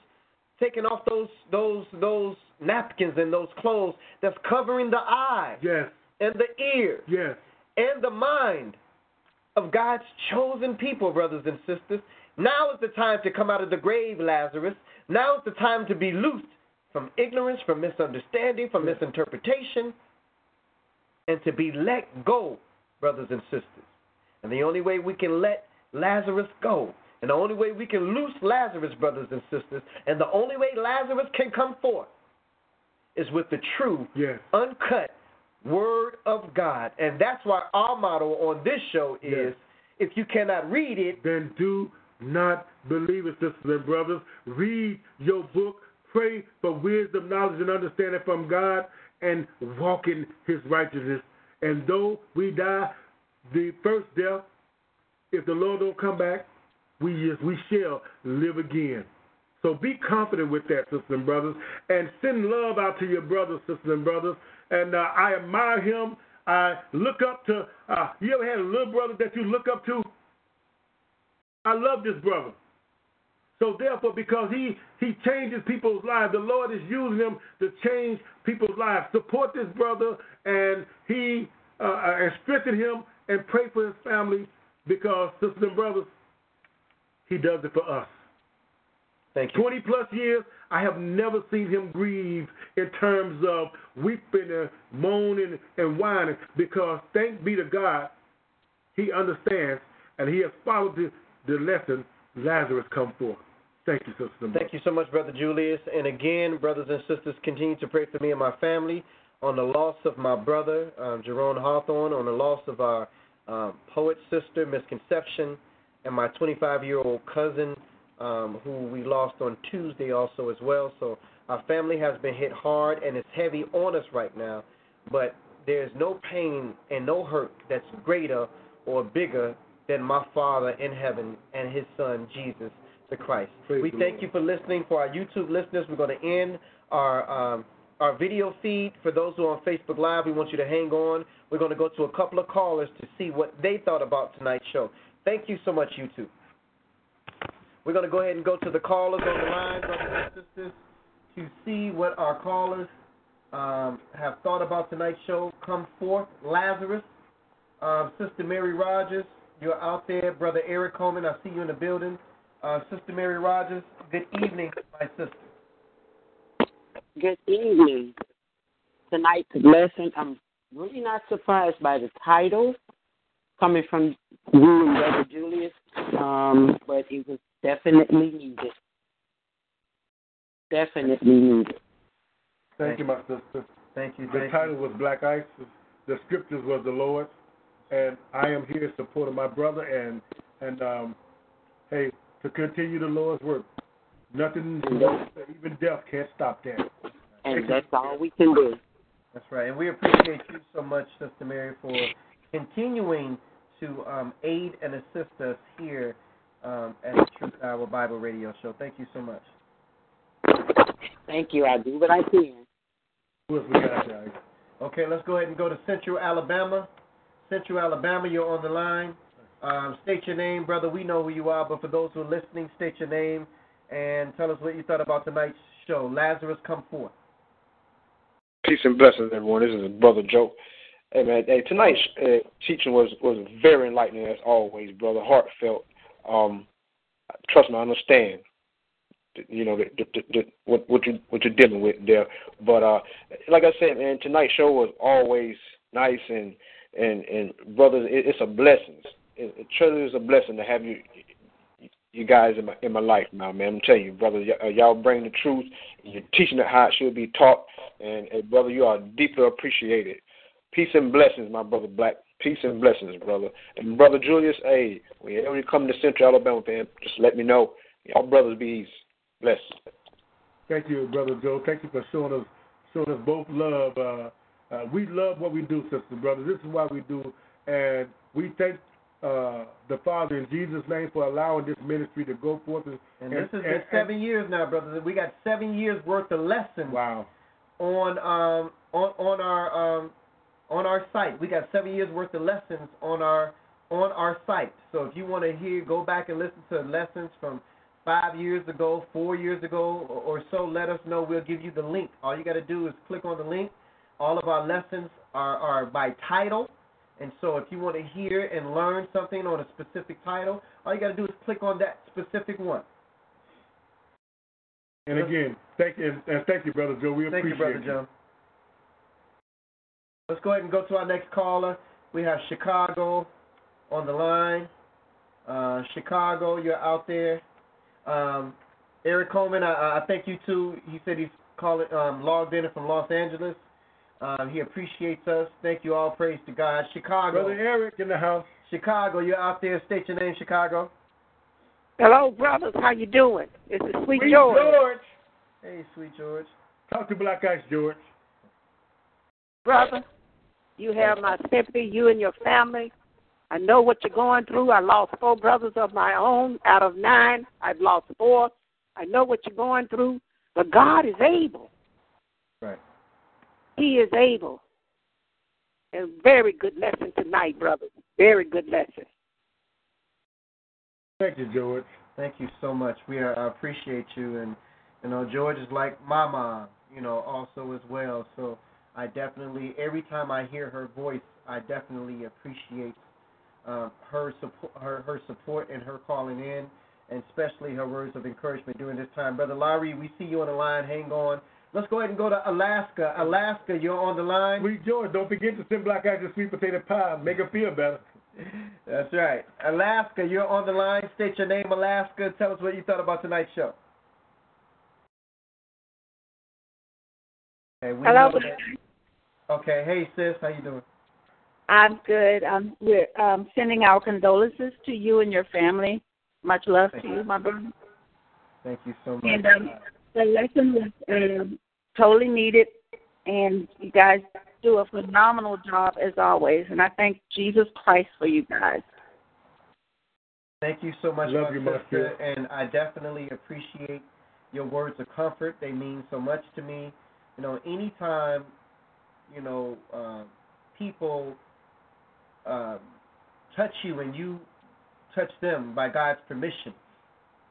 Speaker 2: taking off those those those napkins and those clothes that's covering the eyes
Speaker 3: Yes,
Speaker 2: and the ears
Speaker 3: yes.
Speaker 2: and the mind of God's chosen people, brothers and sisters. Now is the time to come out of the grave, Lazarus. Now is the time to be loosed from ignorance, from misunderstanding, from misinterpretation, and to be let go, brothers and sisters. And the only way we can let Lazarus go, and the only way we can loose Lazarus, brothers and sisters, and the only way Lazarus can come forth is with the true
Speaker 3: Yes.
Speaker 2: uncut word of God. And that's why our motto on this show is
Speaker 3: Yes.
Speaker 2: if you cannot read it,
Speaker 3: Then do not believe it, sisters and brothers. Read your book. Pray for wisdom, knowledge, and understanding from God and walk in his righteousness. And though we die the first death, if the Lord don't come back, we, we shall live again. So be confident with that, sisters and brothers, and send love out to your brothers, sisters and brothers. And uh, I admire him. I look up to. Uh, you ever had a little brother that you look up to? I love this brother. So therefore, because he he changes people's lives, the Lord is using him to change people's lives. Support this brother, and he uh, uh, and strengthen him, and pray for his family, because sisters and brothers, he does it for us.
Speaker 2: thank you.
Speaker 3: 20 plus years, I have never seen him grieve in terms of weeping and moaning and whining because, thank be to God, he understands and he has followed the, the lesson Lazarus come forth. Thank you, Sister. Mo.
Speaker 2: Thank you so much, Brother Julius. And again, brothers and sisters, continue to pray for me and my family on the loss of my brother, um, Jerome Hawthorne, on the loss of our um, poet sister, Misconception, and my 25 year old cousin, um, who we lost on Tuesday also as well. So our family has been hit hard and it's heavy on us right now. But there's no pain and no hurt that's greater or bigger than my Father in heaven and his Son, Jesus the Christ.
Speaker 3: Praise
Speaker 2: we
Speaker 3: the
Speaker 2: thank
Speaker 3: Lord.
Speaker 2: you for listening. For our YouTube listeners, we're going to end our um, our video feed. For those who are on Facebook Live, we want you to hang on. We're going to go to a couple of callers to see what they thought about tonight's show. Thank you so much, YouTube. We're going to go ahead and go to the callers on the line, brothers and sisters, to see what our callers um, have thought about tonight's show. Come forth, Lazarus, um, Sister Mary Rogers, you're out there. Brother Eric Coleman, I see you in the building. Uh, Sister Mary Rogers, good evening, my sister.
Speaker 4: Good evening. Tonight's lesson, I'm really not surprised by the title coming from you and Brother Julius, um, but it was definitely needed. Definitely needed.
Speaker 3: Thank you, my sister.
Speaker 2: Thank you.
Speaker 3: The
Speaker 2: Thank
Speaker 3: title was Black Ice. The scriptures was the Lord, and I am here in support of my brother and and um, hey to continue the Lord's work. Nothing, even death can't stop that.
Speaker 4: And that's all we can do.
Speaker 2: you. That's right. And we appreciate you so much, Sister Mary, for continuing to um, aid and assist us here um, at the Truth Hour Bible Radio Show. Thank you so much.
Speaker 4: Thank you. I do what I can.
Speaker 3: Who else we got there?
Speaker 2: Okay, let's go ahead and go to Central Alabama. Central Alabama, you're on the line. Um, state your name, brother. We know who you are, but for those who are listening, state your name and tell us what you thought about tonight's show. Lazarus, come forth.
Speaker 5: Peace and blessings, everyone. This is brother Joe. Hey man, hey, tonight's uh, teaching was was very enlightening as always, brother. Heartfelt. Um, trust me, I understand. You know the, the, the, the, what what you what you're dealing with there, but uh, like I said, man, tonight's show was always nice and and and brothers, it, it's a blessing. It, it truly is a blessing to have you you guys in my in my life now, man. I'm telling you, brother, y- uh, y'all bring the truth. And you're teaching it how it should be taught, and, and brother, you are deeply appreciated. Peace and blessings, my brother Black. Peace and blessings, brother. And brother Julius, hey, whenever you come to Central Alabama, man, just let me know. Y'all brothers be easy. Bless.
Speaker 3: Thank you, brother Joe. Thank you for showing us showing us both love. Uh, uh, we love what we do, sisters and brothers. This is why we do, and we thank uh, the Father in Jesus' name for allowing this ministry to go forth. And,
Speaker 2: And this has
Speaker 3: and-
Speaker 2: been
Speaker 3: and-
Speaker 2: seven years now, brother. We got seven years worth of lessons
Speaker 3: Wow.
Speaker 2: on um on on our um on our site. We got seven years worth of lessons on our on our site. So if you want to hear, go back and listen to lessons from five years ago, four years ago, or, or so. Let us know. We'll give you the link. All you got to do is click on the link. All of our lessons are, are by title. And so if you want to hear and learn something on a specific title, all you got to do is click on that specific one.
Speaker 3: And again, thank you, and thank you, brother Joe. We
Speaker 2: Thank you, Brother
Speaker 3: appreciate
Speaker 2: Joe. Let's go ahead and go to our next caller. We have Chicago on the line. Uh, Chicago, you're out there. Um, Eric Coleman, I- I, I thank you too. He said he's calling, um, logged in from Los Angeles. Um, he appreciates us. Thank you all. Praise to God. Chicago,
Speaker 3: Brother Eric in the house.
Speaker 2: Chicago, you're out there. State your name, Chicago.
Speaker 6: Hello, brothers. How you doing? This is Sweet
Speaker 3: Sweet
Speaker 6: George.
Speaker 3: George.
Speaker 2: Hey, sweet George.
Speaker 3: Talk to Black Ice George.
Speaker 6: Brother, you have my sympathy, you and your family. I know what you're going through. I lost four brothers of my own out of nine. I've lost four. I know what you're going through, but God is able.
Speaker 3: Right.
Speaker 6: He is able. And very good lesson tonight, brothers. Very good lesson.
Speaker 3: Thank you, George.
Speaker 2: Thank you so much. We are, I appreciate you, and you know George is like my mom, you know, also as well. So I definitely, every time I hear her voice, I definitely appreciate um, her support, her her support, and her calling in, and especially her words of encouragement during this time. Brother Larry, we see you on the line. Hang on. Let's go ahead and go to Alaska. Alaska, you're on the line.
Speaker 3: Sweet George, don't forget to send Black Ice a sweet potato pie. Make her feel better.
Speaker 2: *laughs* That's right. Alaska, you're on the line. State your name, Alaska. Tell us what you thought about tonight's show. Okay, we
Speaker 7: Hello.
Speaker 2: know that- Okay, hey sis, how you doing?
Speaker 7: I'm good. Um, we're um, sending our condolences to you and your family. Much love to you, my brother.
Speaker 2: Thank you so much.
Speaker 7: And um, the lesson was um, totally needed, and you guys do a phenomenal job as always. And I thank Jesus Christ for you guys.
Speaker 2: Thank you so much,
Speaker 3: Love
Speaker 2: my
Speaker 3: you, my
Speaker 2: sister, and I definitely appreciate your words of comfort. They mean so much to me. You know, anytime, you know, um, people um, touch you and you touch them by God's permission,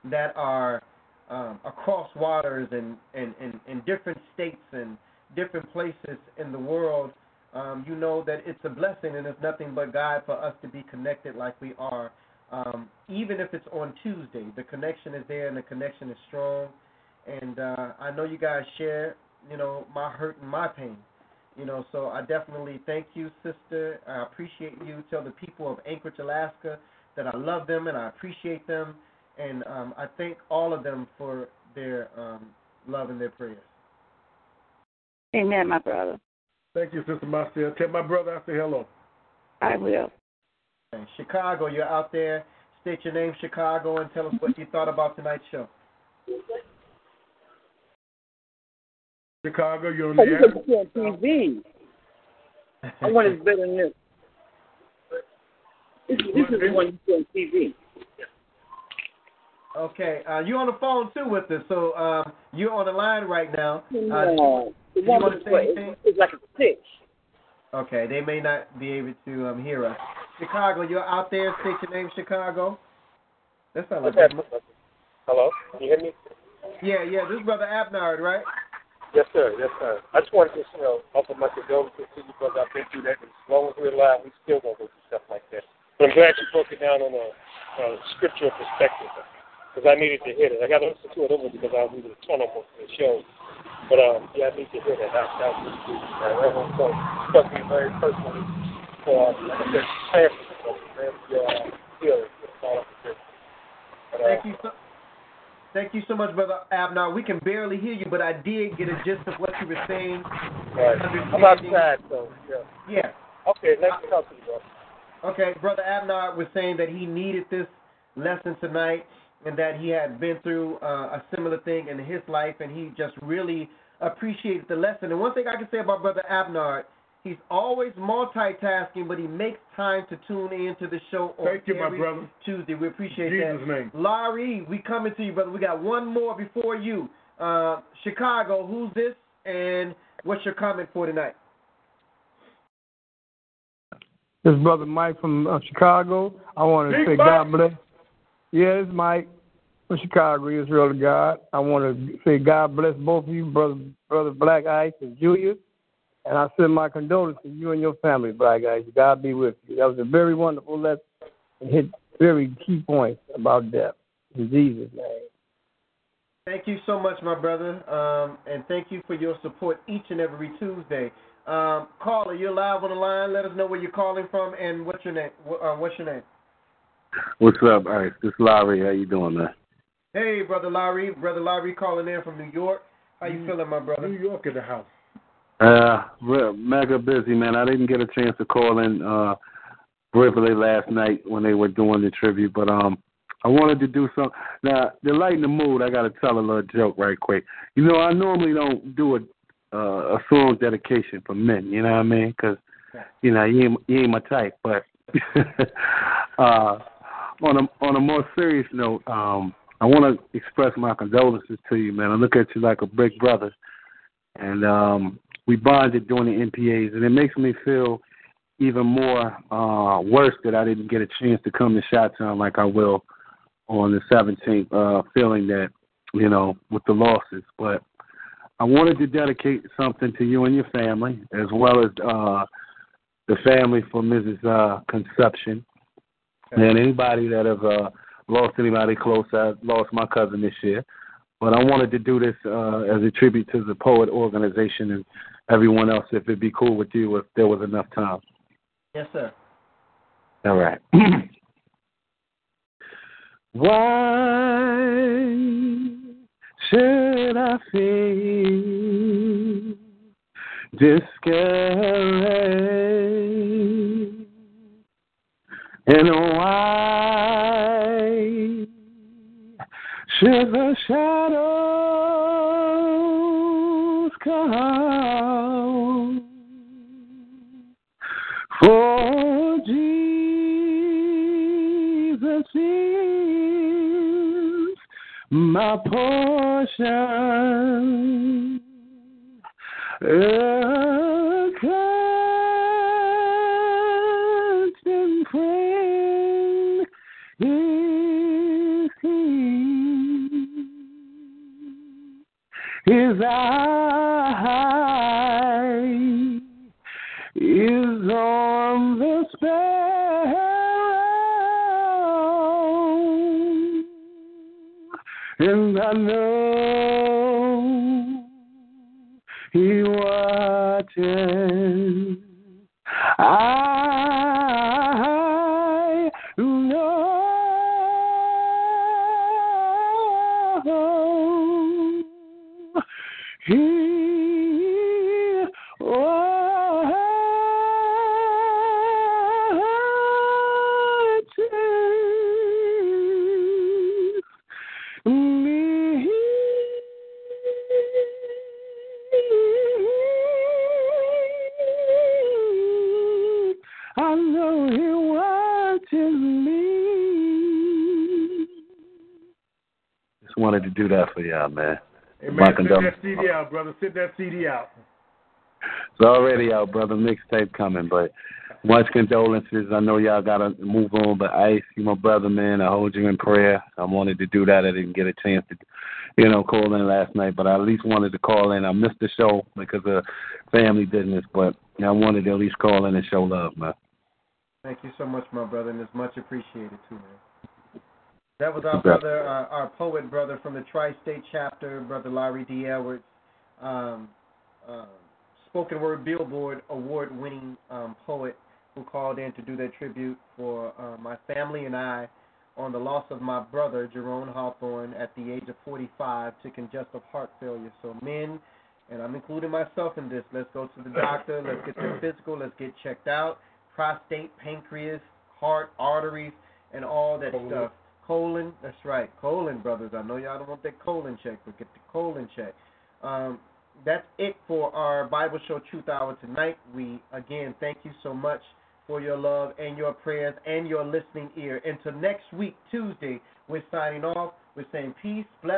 Speaker 2: that are um, across waters and and, and and different states and different places in the world, um, you know that it's a blessing and it's nothing but God for us to be connected like we are um, even if it's on Tuesday. The connection is there and the connection is strong. And uh, I know you guys share, you know, my hurt and my pain. You know, so I definitely thank you, sister. I appreciate you. Tell the people of Anchorage, Alaska, that I love them and I appreciate them, and um, I thank all of them for their um, love and their prayers.
Speaker 7: Amen, my brother.
Speaker 3: Thank you, Sister Marcel. Tell my brother I say hello.
Speaker 7: I will.
Speaker 2: And Chicago, you're out there. State your name, Chicago, and tell us what you thought about tonight's show.
Speaker 3: Chicago, you're on the
Speaker 4: Oh, you
Speaker 3: air.
Speaker 4: can see on TV. I want is better than this. This, this is the one you see on TV.
Speaker 2: Okay, uh, you're on the phone too with us, so um, you're on the line right now. Uh,
Speaker 4: No, the
Speaker 2: you
Speaker 4: one
Speaker 2: wanna
Speaker 4: with
Speaker 2: say
Speaker 4: the
Speaker 2: anything?
Speaker 4: it's, it's like a six.
Speaker 2: okay, they may not be able to um, hear us. Chicago, you're out there. State your name, Chicago. That's not like that.
Speaker 5: Hello, can you hear me?
Speaker 2: Yeah, yeah. This is brother Abnard, right?
Speaker 5: Yes, sir. Yes, sir. I just wanted to, you know, offer my condolences to you because I've been through that. As long as we're alive, we still gonna go through stuff like that. But I'm glad you broke it down on a, a scriptural perspective because I needed to hear it. I got to listen to it over because I was reading a ton of most of the show. But um, yeah, I need to hear that. That, that was good. That was so struck me very personally. So um, like I said, prayer for yourself, man. Your uh, healing. That's all I can say. But, uh,
Speaker 2: Thank you so. Thank you so much, brother Abnard. We can barely hear you, but I did get a gist of what you were saying.
Speaker 5: Right. I'm outside, so yeah.
Speaker 2: Yeah.
Speaker 5: Okay, let's talk to you, bro.
Speaker 2: Okay, Brother Abnard was saying that he needed this lesson tonight and that he had been through uh, a similar thing in his life and he just really appreciated the lesson. And one thing I can say about Brother Abnard, he's always multitasking, but he makes time to tune in to the show on
Speaker 3: Thank you, my
Speaker 2: every
Speaker 3: brother.
Speaker 2: Tuesday. We appreciate
Speaker 3: Jesus'
Speaker 2: that.
Speaker 3: name.
Speaker 2: Laurie, we coming to you, brother. We got one more before you. Uh, Chicago, who's this and what's your comment for tonight?
Speaker 8: This is brother Mike from uh, Chicago. I want to
Speaker 3: Big
Speaker 8: say
Speaker 3: Mike?
Speaker 8: God bless. Yes, Mike from Chicago, Israel to God. I want to say God bless both of you, brother, brother Black Ice and Julius. And I send my condolences to you and your family, Black Ice. God be with you. That was a very wonderful lesson and hit very key points about death in Jesus' name.
Speaker 2: Thank you so much, my brother, um, and thank you for your support each and every Tuesday. Um, caller, you're live on the line. Let us know where you're calling from and what's your name. wh- Uh, what's your name?
Speaker 9: What's up, Ice? This Larry. How you doing, man?
Speaker 2: Hey, brother Larry. Brother Larry calling in from New York. How you feeling, my brother? New
Speaker 3: York in the house.
Speaker 9: Uh, real mega busy, man. I didn't get a chance to call in uh briefly last night when they were doing the tribute, but um, I wanted to do some. Now, to lighten the mood, I got to tell a little joke right quick. You know, I normally don't do a uh, a song dedication for men. You know what I mean? 'Cause you know you ain't, you ain't my type. But uh, on a on a more serious note, um, I want to express my condolences to you, man. I look at you like a big brother, and um, we bonded during the NPAs, and it makes me feel even more uh, worse that I didn't get a chance to come to Shot Town like I will on the 17th, uh, feeling that, you know, with the losses. But I wanted to dedicate something to you and your family, as well as uh, the family for Mrs. Uh, Conception and anybody that have uh, lost anybody close. I lost my cousin this year. But I wanted to do this uh, as a tribute to the poet organization and everyone else, if it'd be cool with you, if there was enough time.
Speaker 2: Yes, sir.
Speaker 9: All right. Why should I feel discouraged? And why should the shadows come? For Jesus is my portion. A constant friend is he. His eye is on the sparrow, and I know he watches. I know he watches me. I know he watches me. Just wanted to do that for y'all, man.
Speaker 3: Hey,
Speaker 9: My
Speaker 3: man, send that
Speaker 9: condolences.
Speaker 3: CD out, brother. Send that CD out.
Speaker 9: It's already out, brother. Mixtape coming, but much condolences. I know y'all gotta move on, but Ice, you my brother, man. I hold you in prayer. I wanted to do that. I didn't get a chance to, you know, call in last night, but I at least wanted to call in. I missed the show because of family business, but I wanted to at least call in and show love, man.
Speaker 2: Thank you so much, my brother, and it's much appreciated too, man. That was our
Speaker 9: Okay.
Speaker 2: brother, uh, our poet brother from the tri-state chapter, brother Larry D. Edwards, um, uh, spoken word Billboard award-winning um, poet who called in to do that tribute for uh, my family and I on the loss of my brother Jerome Hawthorne at the age of 45 to congestive heart failure. So men, and I'm including myself in this. Let's go to the doctor. Let's get the physical. Let's get checked out. Prostate, pancreas, heart, arteries, and all that stuff. Colon, that's right. Colon, brothers. I know y'all don't want that colon check, but get the colon check. Um, that's it for our Bible Show Truth Hour tonight. We, again, thank you so much for your love and your prayers and your listening ear. Until next week, Tuesday, we're signing off. We're saying peace, bless.